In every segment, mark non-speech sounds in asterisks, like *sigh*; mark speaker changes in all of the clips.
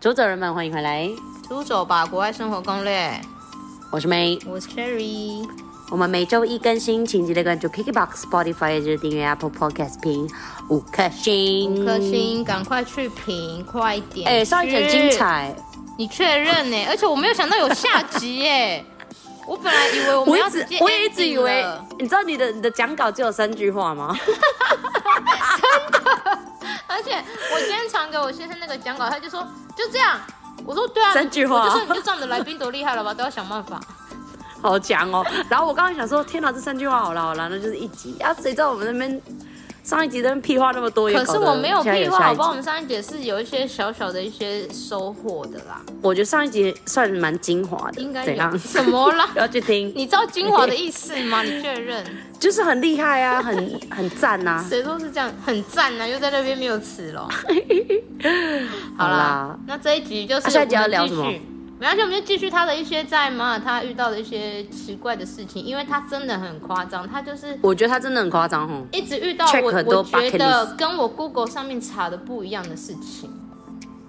Speaker 1: 出走人们，欢迎回来，
Speaker 2: 出走吧，国外生活攻略。
Speaker 1: 我是 May。
Speaker 2: 我是 Cherry，
Speaker 1: 我们每周一更新，请记得关注 KKBOX、Spotify，也就是订阅 Apple Podcast 评五颗星。
Speaker 2: 五颗。星，赶快去评，快点！
Speaker 1: 哎、上一集很精，彩，
Speaker 2: 你确认呢？而且我没有想到有下集
Speaker 1: *laughs*
Speaker 2: 耶，我本来以为我
Speaker 1: 我
Speaker 2: 们
Speaker 1: 一
Speaker 2: 要直
Speaker 1: 直
Speaker 2: 接
Speaker 1: 我也一直
Speaker 2: ending
Speaker 1: 以为
Speaker 2: 了，
Speaker 1: 你知道你的你的讲稿只有三句话吗？
Speaker 2: 而且我今天传给我先生那个讲稿，他就说就这样，我说对啊，
Speaker 1: 三句话
Speaker 2: 我就说你就知道你的来宾多厉害了吧，都要想办法。
Speaker 1: 好强哦！然后我刚刚想说，天哪，这三句话好了好了，那就是一集啊！谁知道我们那边上一集那边屁话那么多，也
Speaker 2: 可
Speaker 1: 搞
Speaker 2: 是
Speaker 1: 得
Speaker 2: 我没有
Speaker 1: 现在
Speaker 2: 屁
Speaker 1: *laughs* 有
Speaker 2: 话，
Speaker 1: 下
Speaker 2: 好
Speaker 1: 一集
Speaker 2: 不好？我们上一节是有一些小小的一些收获的啦，
Speaker 1: 我觉得上一集算蛮精华的，
Speaker 2: 应该
Speaker 1: 怎
Speaker 2: 有
Speaker 1: 样？？
Speaker 2: 什么啦
Speaker 1: *laughs* 要去听，
Speaker 2: 你知道精华的意思吗？你确认？
Speaker 1: 就是很厉害啊，很很赞呐、啊。
Speaker 2: 谁都是这样，很赞呐、啊又在那边没有词了。 *laughs* 好啦，
Speaker 1: 好啦
Speaker 2: 那这一集就是、
Speaker 1: 啊下一集要聊什么？
Speaker 2: 没关系，我们就继续他的一些在马耳他遇到的一些奇怪的事情，因为他真的很夸张，他就是
Speaker 1: 我觉得他真的很夸张哦。
Speaker 2: 一直遇到
Speaker 1: Check
Speaker 2: 我
Speaker 1: 很
Speaker 2: 我
Speaker 1: 多
Speaker 2: 觉
Speaker 1: bucket
Speaker 2: 得跟我 Google 上面查的不一样的事情。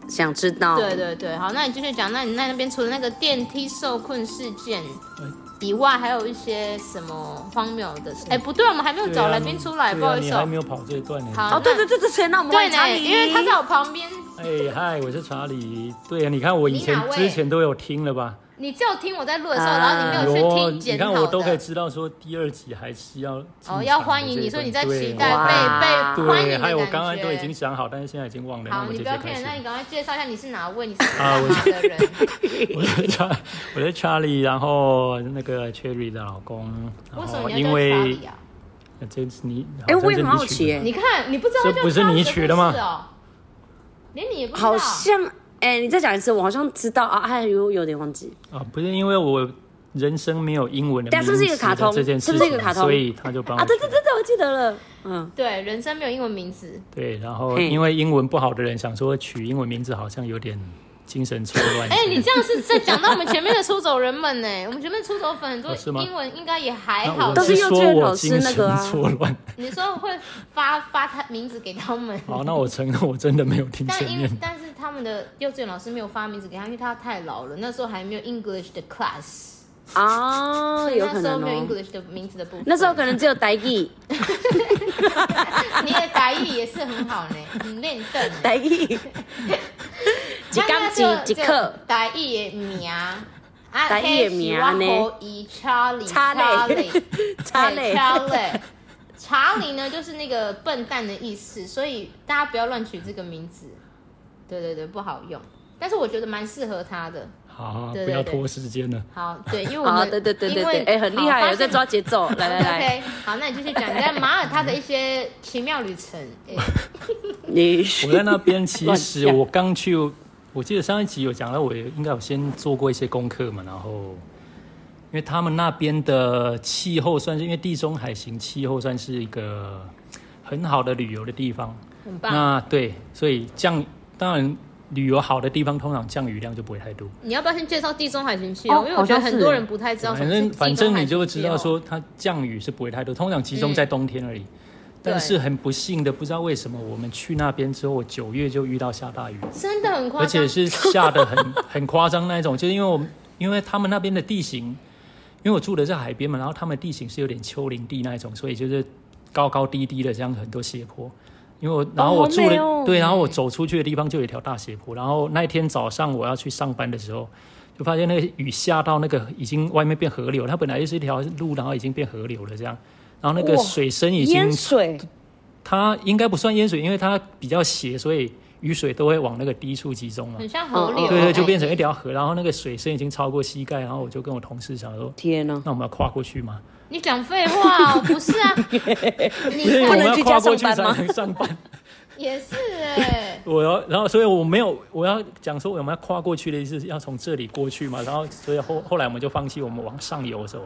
Speaker 1: 想知道？
Speaker 2: 对对对，好，那你继续讲，那你在那边除了那个电梯受困事件以外，还有一些什么荒谬的事？哎、不对，我们还没有
Speaker 3: 嗯对
Speaker 2: 找
Speaker 3: 啊
Speaker 2: 来宾出来，
Speaker 3: 对
Speaker 2: 不好
Speaker 3: 啊，
Speaker 2: 意
Speaker 3: 你
Speaker 2: 思、
Speaker 3: 还
Speaker 2: 哦。
Speaker 3: 没有跑这一段呢。
Speaker 2: 好
Speaker 1: 哦，对对对对对，那我们
Speaker 2: 对
Speaker 1: 欢迎查
Speaker 2: 呢，
Speaker 1: 理，
Speaker 2: 因为他在我旁边，
Speaker 3: 哎嗨，我是查理。对啊，你看我以前
Speaker 2: 你哪位
Speaker 3: 之前都有听了吧？
Speaker 2: 你只有听我在录的时候，
Speaker 1: 啊
Speaker 2: 然后你没有去
Speaker 3: 哦
Speaker 2: 听
Speaker 3: 你
Speaker 2: 检讨
Speaker 3: 看
Speaker 2: 的。
Speaker 3: 我都可以知道说第二集还是要
Speaker 2: 哦，
Speaker 3: 进
Speaker 2: 要
Speaker 3: 场
Speaker 2: 欢
Speaker 3: 的
Speaker 2: 迎
Speaker 3: 这
Speaker 2: 你
Speaker 3: 一
Speaker 2: 说
Speaker 3: 段
Speaker 2: 你在期
Speaker 3: 对哇
Speaker 2: 待被被
Speaker 1: 哇
Speaker 2: 欢迎的
Speaker 3: 对，
Speaker 2: 感觉。
Speaker 3: 还有我刚刚都已经想好，但是现在已经忘了。那
Speaker 2: 好，
Speaker 3: 我
Speaker 2: 你不
Speaker 3: 直接
Speaker 2: 要
Speaker 3: 开
Speaker 2: 骗
Speaker 3: 始
Speaker 2: 人，那。你赶快介绍一下你是哪位，你是
Speaker 3: 啊
Speaker 2: 干
Speaker 3: 我
Speaker 2: 嘛的
Speaker 3: *laughs*
Speaker 2: 人？
Speaker 3: 我是查， *laughs* 我是查理，然后那个 Cherry 的老公，然
Speaker 2: 为什
Speaker 3: 后
Speaker 2: 么你
Speaker 3: 因
Speaker 2: 要叫他查
Speaker 3: 为
Speaker 2: 理啊？
Speaker 3: 呃这是你，
Speaker 1: 哎、
Speaker 3: 好像
Speaker 1: 我也
Speaker 3: 是
Speaker 1: 很
Speaker 3: 你
Speaker 1: 好
Speaker 3: 取
Speaker 1: 奇
Speaker 3: 的
Speaker 1: 哎、
Speaker 2: 你看，你不知道
Speaker 3: 这
Speaker 2: 他叫
Speaker 3: 不是
Speaker 2: 查理
Speaker 3: 你
Speaker 2: 的
Speaker 3: 取
Speaker 2: 故
Speaker 3: 的吗
Speaker 2: 事哦？连你也不知道。
Speaker 1: 好像哎、你再讲一次，我好像知道啊，还有有点忘记。
Speaker 3: 啊，不是因为我人生没有英文的
Speaker 1: 对啊
Speaker 3: 名
Speaker 1: 是
Speaker 3: 词
Speaker 1: 不
Speaker 3: 的
Speaker 1: 是一个卡通
Speaker 3: 这件事
Speaker 1: 是
Speaker 3: 情，
Speaker 1: 不是一个卡通
Speaker 3: 所以他就帮我
Speaker 1: 啊，对对对对，我记得了，嗯，
Speaker 2: 对，人生没有英文名字，
Speaker 3: 对，然后
Speaker 1: 嘿
Speaker 3: 因为英文不好的人想说取英文名字好像有点精神错乱。
Speaker 2: 哎、你这样是在讲到我们前面的出走人们呢？ *laughs* 我们前面出走粉很多
Speaker 3: 哦是吗
Speaker 2: 英文应该也还
Speaker 3: 那
Speaker 2: 好
Speaker 3: 我
Speaker 1: 都
Speaker 2: 吧，
Speaker 1: 是幼稚
Speaker 3: 说
Speaker 1: 园老
Speaker 3: 我
Speaker 1: 师
Speaker 3: 精
Speaker 1: 那个啊
Speaker 3: 神错乱。
Speaker 2: 你说会发发他名字给他们？
Speaker 3: 好，那我承认我真的没有听
Speaker 2: 但
Speaker 3: 前
Speaker 2: 因为
Speaker 3: 面。
Speaker 2: 但是他们的幼稚园老师没有发名字给他，因为他太老了，那时候还没有 English 的 class，
Speaker 1: 啊，
Speaker 2: 哦所以
Speaker 1: 有
Speaker 2: 那
Speaker 1: 可
Speaker 2: 时候
Speaker 1: 能
Speaker 2: 没有
Speaker 1: 哦、
Speaker 2: English 的名字的部分。
Speaker 1: 那时候可能只有台
Speaker 2: *laughs*
Speaker 1: 语，
Speaker 2: 你的打译也是很好呢，很练邓呢。
Speaker 1: 台语，几
Speaker 2: 那
Speaker 1: 刚
Speaker 2: 时候
Speaker 1: 几几
Speaker 2: 只有
Speaker 1: 课，
Speaker 2: 打译的名，啊，
Speaker 1: 台语的名啊呢
Speaker 2: 以查理
Speaker 1: 查理
Speaker 2: 查
Speaker 1: *laughs* 差
Speaker 2: 理对
Speaker 1: 嘞，
Speaker 2: 查理。查理呢，就是那个笨蛋的意思，所以大家不要乱取这个名字。对对对，不好用，但是我觉得蛮适合他的。
Speaker 3: 好，
Speaker 2: 对
Speaker 3: 不要
Speaker 2: 对对
Speaker 3: 拖时间了。
Speaker 2: 好，对，因为我
Speaker 1: 啊，
Speaker 2: 们
Speaker 1: 对对对对
Speaker 2: 因为
Speaker 1: 对，哎、很厉害，
Speaker 2: 好
Speaker 1: 有在抓节奏，来来
Speaker 2: o
Speaker 1: 来，
Speaker 2: k 好，那你继续讲你在马耳他的一些奇妙旅程。哎
Speaker 1: 你
Speaker 3: 我在那边，其实
Speaker 1: 乱讲
Speaker 3: 我刚去，我记得上一集有讲到，我应该有先做过一些功课嘛，然后因为他们那边的气候算是，因为地中海型气候算是一个很好的旅游的地方。
Speaker 2: 很棒。
Speaker 3: 那对，所以降当然旅游好的地方，通常降雨量就不会太多。
Speaker 2: 你要不要先介绍地中海型气
Speaker 1: 哦
Speaker 2: 候？因为我觉
Speaker 1: 好像
Speaker 2: 得
Speaker 1: 是
Speaker 2: 很多人不太知道什
Speaker 3: 反
Speaker 2: 么是地中海哦嗯型
Speaker 3: 正反正你
Speaker 2: 气
Speaker 3: 就
Speaker 2: 候
Speaker 3: 会知道，说它降雨是不会太多，通常集中在冬天而已。但是很不幸的，不知道为什么我们去那边之后，我九月就遇到下大雨。
Speaker 2: 真的很夸
Speaker 3: 而
Speaker 2: 张
Speaker 3: 且。是下的很 *laughs* 很夸张那一种，就是因为我们因为他们那边的地形，因为我住的是海边嘛，然后他们的地形是有点丘陵地那一种，所以就是高高低低的这样很多斜坡。因为我，然后我住
Speaker 1: 好
Speaker 3: 的、
Speaker 1: 美哦
Speaker 3: 对，然后我走出去的地方就有一条大斜坡，然后那一天早上我要去上班的时候，就发现那个雨下到那个已经外面变河流，它本来就是一条路，然后已经变河流了这样，然后那个
Speaker 1: 哇
Speaker 3: 水深已经
Speaker 1: 淹水，
Speaker 3: 它应该不算淹水，因为它比较斜，所以雨水都会往那个低处集中嘛
Speaker 2: 很。像河
Speaker 1: 嗯
Speaker 2: 流，
Speaker 1: 嗯
Speaker 3: 哦对
Speaker 1: 有
Speaker 3: 对，就变成一条河，然后那个水深已经超过膝盖，然后我就跟我同事想说，
Speaker 1: 天哪，
Speaker 3: 那我们要跨过去吗？
Speaker 2: 哎你讲废话
Speaker 3: *laughs*
Speaker 2: 哦，不是啊？
Speaker 3: 因
Speaker 2: 你
Speaker 3: 为我
Speaker 2: 看
Speaker 3: 们要
Speaker 1: 去
Speaker 3: 跨
Speaker 1: 家上
Speaker 3: 过去
Speaker 1: 班
Speaker 3: 才
Speaker 1: 吗
Speaker 3: 能上班。 *laughs*
Speaker 2: 也是哎，
Speaker 3: 我要，然后所以我没有，我要讲说我们要跨过去的意思是要从这里过去嘛，然后所以后后来我们就放弃，我们往上游走，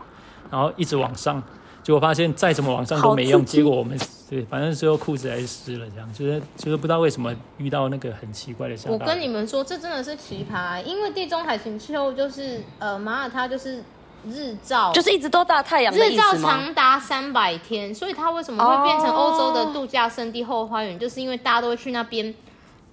Speaker 3: 然后一直往上，结果发现再怎么往上都没
Speaker 1: 好
Speaker 3: 用，
Speaker 1: 刺激
Speaker 3: 结果我们对，反正最后裤子还是湿了，这样就是就是不知道为什么遇到那个很奇怪的下大雨。
Speaker 2: 我跟你们说，这真的是奇葩，因为地中海型气候就是呃，马耳他就是日照，
Speaker 1: 就是一直都大太阳的
Speaker 2: 日
Speaker 1: 意
Speaker 2: 哦照
Speaker 1: 思吗？
Speaker 2: 长达三百天，所以它为什么会变成欧洲的度假胜地后花园就是因为大家都会去那边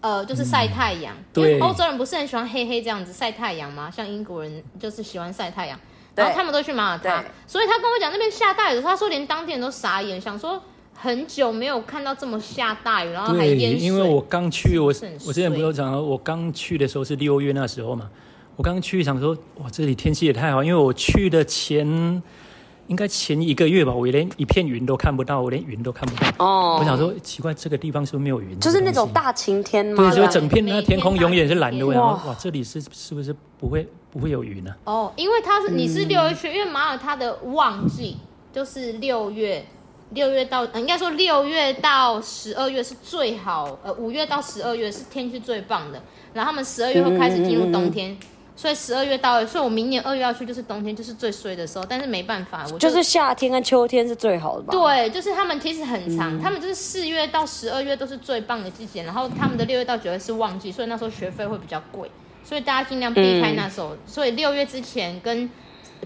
Speaker 2: 呃，就是晒太阳，
Speaker 1: 嗯
Speaker 2: 因
Speaker 3: 对
Speaker 2: 为欧洲人不是很喜欢黑黑这样子晒太阳吗？像英国人就是喜欢晒太阳，
Speaker 1: 对
Speaker 2: 然后他们都去马耳他
Speaker 1: 对，
Speaker 2: 所以他跟我讲那边下大雨的时候，他说连当地人都傻眼，想说很久没有看到这么下大雨，然后还
Speaker 3: 对，
Speaker 2: 淹水。
Speaker 3: 因为我刚去，我
Speaker 2: 是很
Speaker 3: 我之前不
Speaker 2: 碎
Speaker 3: 是有讲了，我刚去的时候是六月那时候嘛，我刚去想说，哇，这里天气也太好，因为我去的前应该前一个月吧，我连一片云都看不到，我连云都看不到。
Speaker 1: 哦
Speaker 3: 我想说，奇怪，这个地方是不是没有云？
Speaker 1: 就是那种
Speaker 3: 东西
Speaker 1: 大晴天嘛
Speaker 3: 对，，所以
Speaker 1: 吧
Speaker 3: 整片那天空永远是蓝的。我想
Speaker 1: 哇
Speaker 3: 说，哇，这里是是不是不会不会有云啊呢、
Speaker 2: 哦，因为他是你是六月
Speaker 1: 嗯
Speaker 2: 去，因为马耳他的旺季就是六月，六月到、呃、应该说六月到十二月是最好，呃，五月到十二月是天气最棒的，然后他们十二月会开始进入冬天。所以十二月到了，所以我明年二月要去，就是冬天，就是最衰的时候。但是没办法，我
Speaker 1: 就是夏天跟秋天是最好的吧？
Speaker 2: 对，啊就是他们其实很长，他们就是四月到十二月都是最棒的季节，然后他们的六月到九月是旺季，所以那时候学费会比较贵，所以大家尽量避开那时候。所以六月之前跟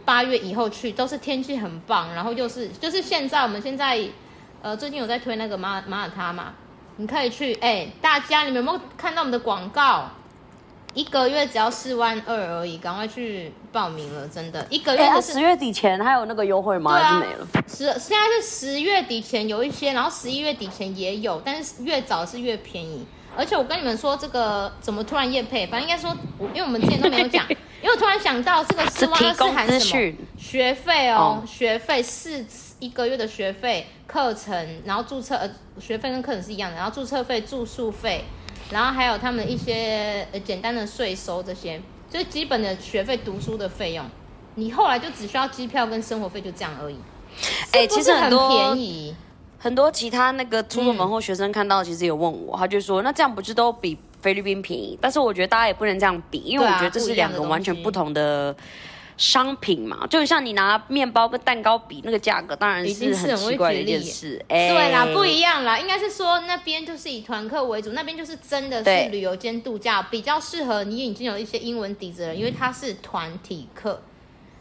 Speaker 2: 八月以后去都是天气很棒，然后又是就是现在我们现在呃最近有在推那个马马耳他嘛，你可以去哎、大家你们有没有看到我们的广告？一个月只要四万二而已，赶快去报名了，真的一个月
Speaker 1: 哎，
Speaker 2: 就
Speaker 1: 它
Speaker 2: 是
Speaker 1: 十月底前还有那个优惠吗？
Speaker 2: 对啊
Speaker 1: 还是没了？
Speaker 2: 十现在是十月底前有一些，然后十一月底前也有，但是越早是越便宜。而且我跟你们说，这个怎么突然夜配？反正应该说，我因为我们之前都没有
Speaker 1: *laughs*
Speaker 2: 讲，因为我突然想到这个四万二
Speaker 1: 是提
Speaker 2: 是
Speaker 1: 供
Speaker 2: 含
Speaker 1: 资
Speaker 2: 什么
Speaker 1: 讯？
Speaker 2: 学费哦，
Speaker 1: 哦
Speaker 2: 学费四一个月的学费、课程，然后注册呃学费跟课程是一样的，然后注册费、住宿费，然后还有他们一些呃简单的税收这些，就是基本的学费、读书的费用。你后来就只需要机票跟生活费，就这样而已。
Speaker 1: 哎
Speaker 2: 是不
Speaker 1: 其
Speaker 2: 是
Speaker 1: 实很多
Speaker 2: 便宜，
Speaker 1: 很多其他那个出入门后学生看到，其实有问我，他就说那这样不是都比菲律宾便宜？但是我觉得大家也不能这样比，因为
Speaker 2: 对
Speaker 1: 我
Speaker 2: 啊
Speaker 1: 觉得这是两个
Speaker 2: 不一样的东西
Speaker 1: 完全不同的。商品嘛，就像你拿面包跟蛋糕比，那个价格当然
Speaker 2: 已
Speaker 1: 是
Speaker 2: 经是
Speaker 1: 很
Speaker 2: 很
Speaker 1: 奇怪的
Speaker 2: 会
Speaker 1: 一
Speaker 2: 举例
Speaker 1: 件
Speaker 2: 耶
Speaker 1: 事。哎
Speaker 2: 对啦，不一样啦，应该是说那边就是以团客为主，那边就是真的
Speaker 1: 对
Speaker 2: 是旅游兼度假，比较适合你已经有一些英文底子的人，因为它是团体课，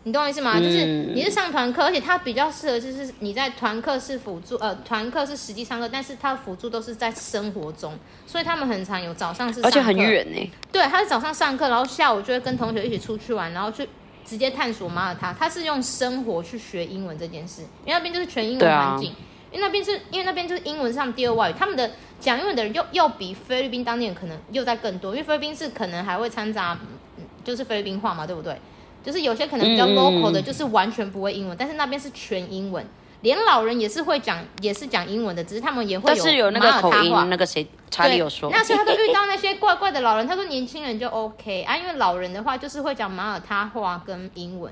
Speaker 2: 你懂我意思吗？
Speaker 1: 嗯
Speaker 2: 就是你是上团课，而且它比较适合就是你在团课是辅助，呃，团课是实际上课，但是它辅助都是在生活中，所以他们很常有早上是
Speaker 1: 而且
Speaker 2: 上
Speaker 1: 很
Speaker 2: 课
Speaker 1: 远呢、
Speaker 2: 对，他是早上上课，然后下午就会跟同学一起出去玩，然后去直接探索马耳他。他是用生活去学英文这件事，因为那边就是全英
Speaker 1: 对
Speaker 2: 文
Speaker 1: 啊
Speaker 2: 环境，因为那边是因为那边就是英文上第二外语，他们的讲英文的人又又比菲律宾当地人可能又在更多，因为菲律宾是可能还会掺杂嗯就是菲律宾话嘛，对不对？就是有些可能比较
Speaker 1: 嗯嗯
Speaker 2: local 的，
Speaker 1: 嗯
Speaker 2: 就是完全不会英文，但是那边是全英文，连老人也是会讲，也是讲英文的，只是他们也会
Speaker 1: 但是有那个
Speaker 2: 马耳
Speaker 1: 口
Speaker 2: 他
Speaker 1: 音
Speaker 2: 话，
Speaker 1: 那个谁查
Speaker 2: 对，
Speaker 1: 理有说，
Speaker 2: 那时候他都遇到那些怪怪的老人，他说年轻人就 OK 啊，因为老人的话就是会讲马耳他话跟英文，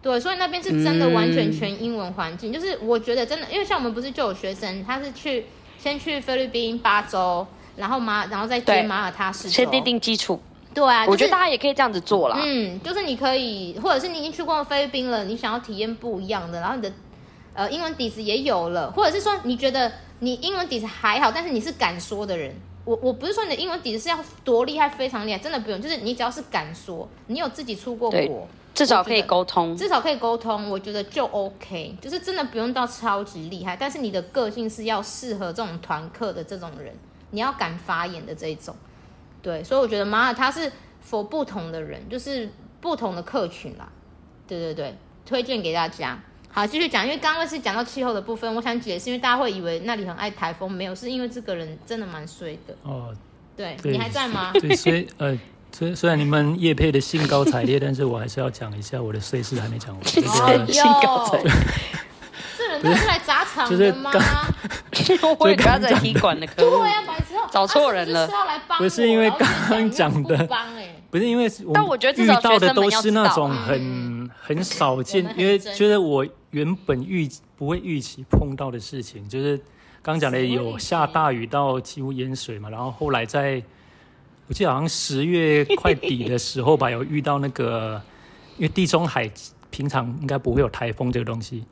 Speaker 2: 对，所以那边是真的完全全英文环境。就是我觉得真的，因为像我们不是就有学生，他是去先去菲律宾八周，然后马然后再
Speaker 1: 对
Speaker 2: 去马耳他四周
Speaker 1: 先，奠定基础。
Speaker 2: 对啊，
Speaker 1: 我觉
Speaker 2: 就是
Speaker 1: 得大家也可以这样子做啦。
Speaker 2: 嗯，就是你可以，或者是你已经去过菲律宾了，你想要体验不一样的，然后你的呃英文底子也有了，或者是说你觉得你英文底子还好，但是你是敢说的人。我我不是说你的英文底子是要多厉害，非常厉害，真的不用，就是你只要是敢说，你有自己出过
Speaker 1: 对
Speaker 2: 国，
Speaker 1: 至少可以沟通。
Speaker 2: 至少可以沟通，我觉得就 OK，就是真的不用到超级厉害，但是你的个性是要适合这种团课的这种人，你要敢发言的这一种。对，所以我觉得马尔他是 for 不同的人，就是不同的客群啦。对对对，推荐给大家。好，继续讲，因为刚刚是讲到气候的部分，我想解释，因为大家会以为那里很爱台风，没有，是因为这个人真的蛮衰的。
Speaker 3: 哦，
Speaker 2: 对
Speaker 3: 对
Speaker 2: 你还在吗？
Speaker 3: 对，所以呃，虽虽然你们叶配的兴高采烈，但是我还是要讲一下我的碎事还没讲完。这个
Speaker 2: 哎呦
Speaker 1: 兴高
Speaker 3: *laughs*
Speaker 1: 采烈
Speaker 2: 这人到底是来砸场
Speaker 3: 就是
Speaker 2: 的吗？
Speaker 3: 刚
Speaker 1: *laughs* 我也觉得他在踢馆的，可恶
Speaker 2: 对。呀、白痴哦，
Speaker 1: 找错人了
Speaker 2: 他是不是要来帮我
Speaker 3: 不是因为
Speaker 2: 然后就
Speaker 3: 刚刚讲的
Speaker 2: 你不帮哎，
Speaker 3: 不是因为我们
Speaker 1: 但我觉得至
Speaker 3: 遇
Speaker 1: 少
Speaker 3: 到的都是那种
Speaker 1: 学
Speaker 3: 很很少见
Speaker 2: 嗯我们，很
Speaker 3: 因为
Speaker 2: 真
Speaker 3: 觉得我原本预不会预期碰到的事情，就是刚讲的
Speaker 2: 什么预
Speaker 3: 有
Speaker 2: 期
Speaker 3: 下大雨到几乎淹水嘛，然后后来在我记得好像十月快底的时候吧，有遇到那个，因为地中海平常应该不会有台风这个东西，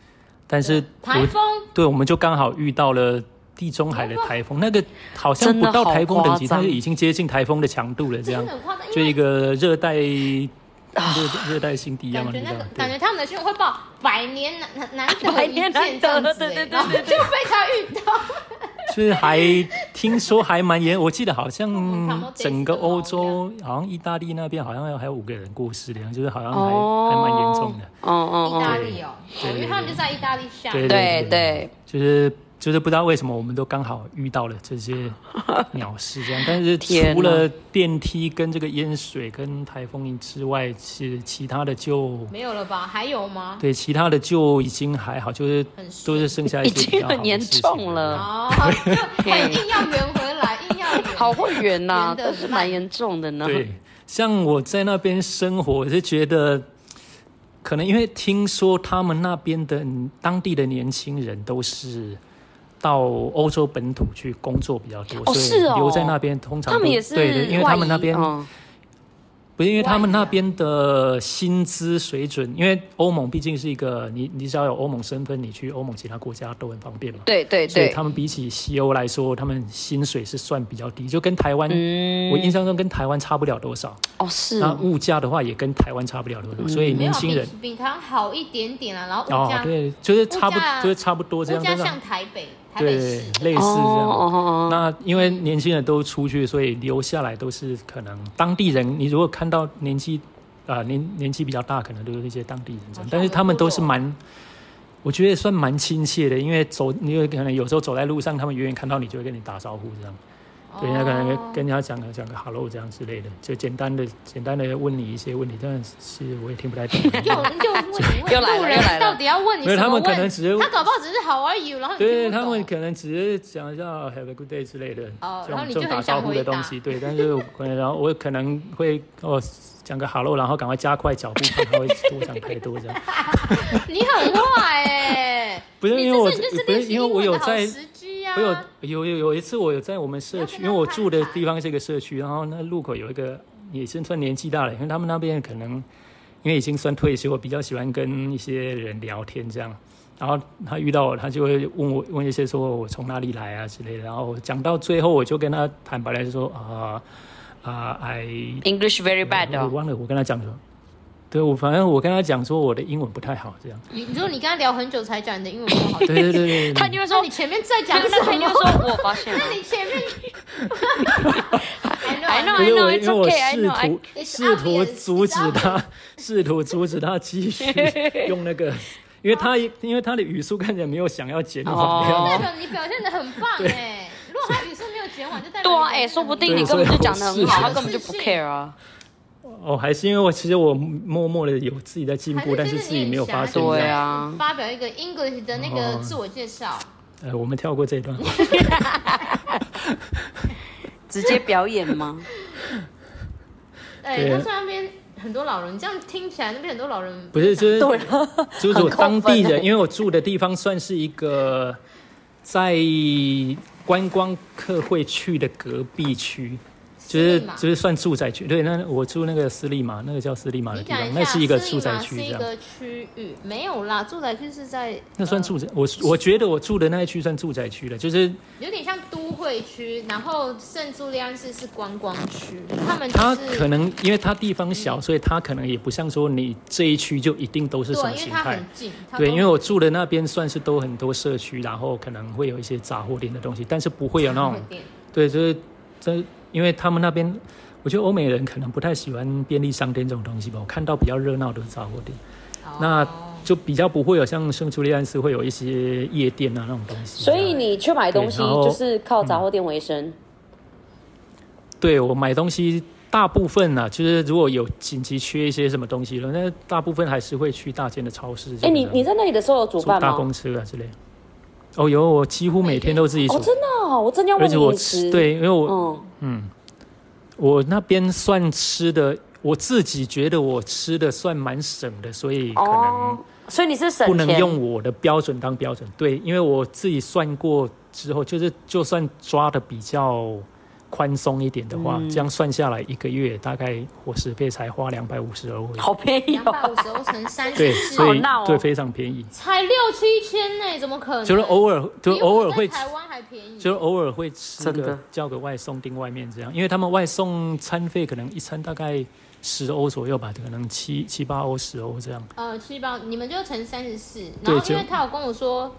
Speaker 3: 但是
Speaker 2: 台
Speaker 3: 我
Speaker 2: 风
Speaker 3: 对，我们就刚好遇到了地中海的台风，那个好像不到台风等级，
Speaker 1: 真的好夸张
Speaker 3: 它就已经接近台风的强度了，这样
Speaker 2: 真的很夸张，
Speaker 3: 就一
Speaker 2: 因为
Speaker 3: 个热带热热带性低压嘛，
Speaker 2: 啊感
Speaker 3: 你
Speaker 2: 觉
Speaker 3: 知
Speaker 2: 那
Speaker 3: 道
Speaker 2: 个
Speaker 3: 吗？
Speaker 2: 感觉他们的新闻会报百年难难难得
Speaker 1: 百
Speaker 2: 一
Speaker 1: 年
Speaker 2: 见
Speaker 1: 难
Speaker 2: 这样
Speaker 1: 得
Speaker 2: 子哎，
Speaker 1: 对对对
Speaker 2: 然后
Speaker 1: 对
Speaker 2: 就被他遇到，
Speaker 3: 就是还听说还蛮严，我记得好
Speaker 2: 嗯
Speaker 3: 像整个欧洲，好像意大利那边好像还有五个人过世的样子，就是好像还、还蛮严重的。
Speaker 1: 哦哦
Speaker 2: 意
Speaker 1: 哦，
Speaker 2: 大利哦，哦因为他们就在意大利下
Speaker 3: 对
Speaker 1: 对
Speaker 3: 对
Speaker 1: 对，
Speaker 3: 就是就是不知道为什么我们都刚好遇到了这些鸟事这样，但是
Speaker 1: *laughs* 天
Speaker 3: 除了电梯跟这个淹水跟台风之外，是其他的就
Speaker 2: 没有了吧？还有吗？
Speaker 3: 对其他的就已经还好，就是
Speaker 2: 很顺
Speaker 3: 都是剩下一些
Speaker 1: 已经
Speaker 3: 比较好的
Speaker 1: 很严
Speaker 3: 事情
Speaker 1: 重了 *laughs*
Speaker 2: 哦，就还硬要圆回来，硬要圆。
Speaker 1: 好会圆呐、
Speaker 2: 圆得
Speaker 1: 但是蛮严重的呢。
Speaker 3: 对，像我在那边生活，我是觉得，可能因为听说他们那边的当地的年轻人都是到欧洲本土去工作比较多，
Speaker 1: 哦
Speaker 3: 所以
Speaker 1: 是哦
Speaker 3: 留在那边通常
Speaker 1: 他
Speaker 3: 都
Speaker 1: 们也是
Speaker 3: 对的，因为他们那边、
Speaker 1: 外移哦
Speaker 3: 不是因为他们
Speaker 2: 外移啊
Speaker 3: 那边的薪资水准，因为欧盟毕竟是一个你你只要有欧盟身份，你去欧盟其他国家都很方便嘛。
Speaker 1: 对对
Speaker 3: 所以
Speaker 1: 对，
Speaker 3: 他们比起西欧来说，他们薪水是算比较低，就跟台湾，
Speaker 2: 嗯
Speaker 3: 我印象中跟台湾差不了多少。
Speaker 1: 嗯哦是
Speaker 3: 那
Speaker 1: 哦
Speaker 3: 物价的话也跟台湾差不了多少，所以
Speaker 2: 没有
Speaker 3: 年
Speaker 2: 啊
Speaker 3: 轻人
Speaker 2: 比比台湾好一点点啊啦，然后物
Speaker 3: 哦
Speaker 2: 价，
Speaker 3: 对，就是差不
Speaker 2: 物价
Speaker 3: 就是差不多这
Speaker 2: 物
Speaker 3: 样，
Speaker 2: 价
Speaker 3: 真的
Speaker 2: 像台北，台北
Speaker 3: 对
Speaker 2: 市，
Speaker 3: 类似这
Speaker 1: 哦
Speaker 3: 样。
Speaker 1: 哦哦，
Speaker 3: 那因为年轻人都出去，所以留下来都是可能当地人。你如果看到年纪啊、呃年年纪比较大，可能都是一些当地人这
Speaker 2: 好像，
Speaker 3: 样但是他们都是
Speaker 2: 我
Speaker 3: 蛮。我觉得算蛮亲切的，因为走，你有可能有时候走在路上，他们远远看到你就会跟你打招呼这样。对，那可
Speaker 2: 哦
Speaker 3: 能跟跟人家讲个讲个 hello 这样之类的，就简单的简单的问你一些问题，但是我也听
Speaker 2: *laughs*
Speaker 3: 不太懂。
Speaker 2: 又又问你
Speaker 1: 又来
Speaker 2: 问
Speaker 1: 了又
Speaker 2: 路
Speaker 1: 来
Speaker 2: 人
Speaker 1: 了
Speaker 2: 到底要问你
Speaker 3: 没
Speaker 2: 什
Speaker 3: 有他
Speaker 2: 么
Speaker 3: 们可能
Speaker 2: 问
Speaker 3: 只是
Speaker 2: 他搞不好只是 How are you，然后你
Speaker 3: 对
Speaker 2: 听不
Speaker 3: 他们
Speaker 2: 懂
Speaker 3: 可能只是讲一下 have a good day 之类的，
Speaker 2: 哦
Speaker 3: 这
Speaker 2: 然后
Speaker 3: 种
Speaker 2: 你
Speaker 3: 这
Speaker 2: 就
Speaker 3: 种打
Speaker 2: 很想
Speaker 3: 招呼
Speaker 2: 回
Speaker 3: 的东
Speaker 2: 答
Speaker 3: 西。对，但是我可能然后我可能会哦讲个 hello，然后赶快加快脚步，看他会多想太多这样。
Speaker 2: 你很坏哎，
Speaker 3: 不是
Speaker 2: 你
Speaker 3: 因为我
Speaker 2: 这次你就是
Speaker 3: 不是
Speaker 2: 练习
Speaker 3: 因为我
Speaker 2: 英文
Speaker 3: 有
Speaker 2: 的好
Speaker 3: 在
Speaker 2: 时机啊，
Speaker 3: 我有有有有一次，我有在我们社区，
Speaker 2: 你
Speaker 3: 因为
Speaker 2: 要跟他
Speaker 3: 我住的
Speaker 2: 攀谈
Speaker 3: 地方是一个社区，然后那路口有一个也是算年纪大了，因为他们那边可能因为已经算退休，比较喜欢跟一些人聊天这样。然后他遇到我，他就会问我问一些说我从哪里来啊之类的。然后讲到最后，我就跟他坦白来说啊啊、i
Speaker 1: English very bad
Speaker 3: 我
Speaker 1: 哦，
Speaker 3: 忘了我跟他讲什么。对我反正我跟他讲说我的英文不太好这样。
Speaker 2: 你你说你跟他聊很久才讲你的英文不好，
Speaker 3: 对对对对，
Speaker 1: 他就会
Speaker 2: 那
Speaker 1: 说
Speaker 2: 你，前面再讲
Speaker 1: 不是
Speaker 2: 什
Speaker 1: 他就
Speaker 2: 么
Speaker 1: 会？说，我发现了
Speaker 2: *laughs* 那。你前
Speaker 1: *laughs*
Speaker 2: 面 *laughs*
Speaker 1: I know,
Speaker 2: ，I
Speaker 3: 不
Speaker 2: know，
Speaker 3: 是
Speaker 1: I it's
Speaker 3: 我，因为我
Speaker 1: okay, I
Speaker 3: 试
Speaker 1: know, I-
Speaker 3: 图
Speaker 2: it's
Speaker 3: 试图
Speaker 2: obvious,
Speaker 3: 阻
Speaker 2: it's
Speaker 3: 止他，试图阻止他继续用那
Speaker 1: *laughs*
Speaker 3: 个，因为他因为他的语速看起来没有想要减缓
Speaker 1: 哦
Speaker 3: 的样
Speaker 2: 代
Speaker 3: 子，
Speaker 2: 表你表现的很棒哎。如果他语速没有减缓，就代表
Speaker 1: 对啊，
Speaker 2: 你表现得
Speaker 1: 哎、
Speaker 2: 很
Speaker 1: 说不
Speaker 2: 棒
Speaker 1: 定
Speaker 3: 对
Speaker 1: 你根本就讲的
Speaker 3: 所
Speaker 1: 很
Speaker 3: 以我
Speaker 1: 好，
Speaker 3: 是
Speaker 1: 他根本就不
Speaker 2: 自信
Speaker 1: care 啊。
Speaker 3: 哦，还是因为我其实我默默的有自己在进
Speaker 2: 还
Speaker 3: 步，但
Speaker 2: 就是是
Speaker 3: 自己没有发现
Speaker 2: 你。
Speaker 1: 对
Speaker 2: 很想
Speaker 1: 啊
Speaker 2: 发表一个 English 的那个
Speaker 3: 哦
Speaker 2: 自我介绍，
Speaker 3: 呃，我们跳过这一段，
Speaker 1: 直接表演吗？
Speaker 2: 哎，
Speaker 3: 对
Speaker 2: 他说那边很多老人，这样听起来那边很多老人
Speaker 3: 不是就是
Speaker 1: 对啊，
Speaker 3: *laughs* 就是我
Speaker 1: 很扣
Speaker 3: 当地
Speaker 1: 分欸
Speaker 3: 人，因为我住的地方算是一个在观光客会去的隔壁区。就是
Speaker 2: 私立嘛
Speaker 3: 就是算住宅区，对，那我住那个私立嘛，那个叫私立嘛的
Speaker 2: 你
Speaker 3: 地方
Speaker 2: 讲一，下，
Speaker 3: 那是一个
Speaker 2: 斯里
Speaker 3: 住宅
Speaker 2: 马
Speaker 3: 区
Speaker 2: 是
Speaker 3: 这
Speaker 2: 一
Speaker 3: 样。
Speaker 2: 个区域，没有啦，住宅区是在
Speaker 3: 那算住宅，我我觉得我住的那一区算住宅区了，就是
Speaker 2: 有点像都会区，然后圣朱利安市是观光区，他们就
Speaker 3: 它
Speaker 2: 是
Speaker 3: 可能因为它地方小，所以它可能也不像说你这一区就一定都是什
Speaker 2: 嗯对，
Speaker 3: 么
Speaker 2: 因为
Speaker 3: 形
Speaker 2: 它
Speaker 3: 态
Speaker 2: 很。近，它
Speaker 3: 对，
Speaker 2: 都
Speaker 3: 因为我住的那边算是都很多社区，然后可能会有一些杂货店的东西，但是不会有那
Speaker 1: *laughs*
Speaker 3: 种
Speaker 2: 有点
Speaker 3: 对，就是这，因为他们那边，我觉得欧美人可能不太喜欢便利商店这种东西吧。我看到比较热闹的杂货店，那就比较不会有像圣朱利安斯会有一些夜店啊那种东西这
Speaker 1: 所
Speaker 3: 样。
Speaker 1: 以你去买东西
Speaker 3: 对然后
Speaker 1: 就是靠杂货店为生。
Speaker 3: 对我买东西大部分呢、啊，就是如果有紧急缺一些什么东西了，那大部分还是会去大间的超市嗯这
Speaker 1: 哎、
Speaker 3: 样的。
Speaker 1: 你你在那里的时候有煮
Speaker 3: 坐
Speaker 1: 饭
Speaker 3: 大
Speaker 1: 吗？
Speaker 3: 公车啊之类的。哦，有，我几乎每天都自己煮，
Speaker 1: 哦，真的、哦，我真的要
Speaker 3: 而
Speaker 1: 问
Speaker 3: 且
Speaker 1: 你
Speaker 3: 我
Speaker 1: 饮食。
Speaker 3: 吃，，对，因为我、
Speaker 1: 嗯，
Speaker 3: 我那边算吃的，我自己觉得我吃的算蛮省的，所以可能
Speaker 1: 哦，所以你是省
Speaker 3: 不
Speaker 1: 钱，
Speaker 3: 能用我的标准当标准。对，因为我自己算过之后，就是就算抓的比较宽松一点的
Speaker 1: 嗯
Speaker 3: 话，这样算下来一个月大概伙食费才花两百五十欧而已。
Speaker 1: *laughs* 好便宜
Speaker 2: 两
Speaker 1: 哦。*laughs*
Speaker 2: 百五十欧乘三
Speaker 3: 对，
Speaker 2: 十四，
Speaker 3: 所以、
Speaker 1: 好闹哦
Speaker 3: 对非常便宜，
Speaker 2: 才六七千呢，怎么可能？
Speaker 3: 就是偶尔就
Speaker 2: 比我
Speaker 3: 偶尔
Speaker 2: 在
Speaker 3: 会吃
Speaker 2: 台湾还便宜，
Speaker 3: 就是偶尔会吃
Speaker 1: 真
Speaker 3: 个
Speaker 1: 的
Speaker 3: 叫个外送订外面这样，因为他们外送餐费可能一餐大概十欧左右吧，可能七七八欧十欧这样。
Speaker 2: 呃，七包，你们就乘三十四。然
Speaker 3: 对
Speaker 2: 后因为
Speaker 3: 就
Speaker 2: 他有跟我说，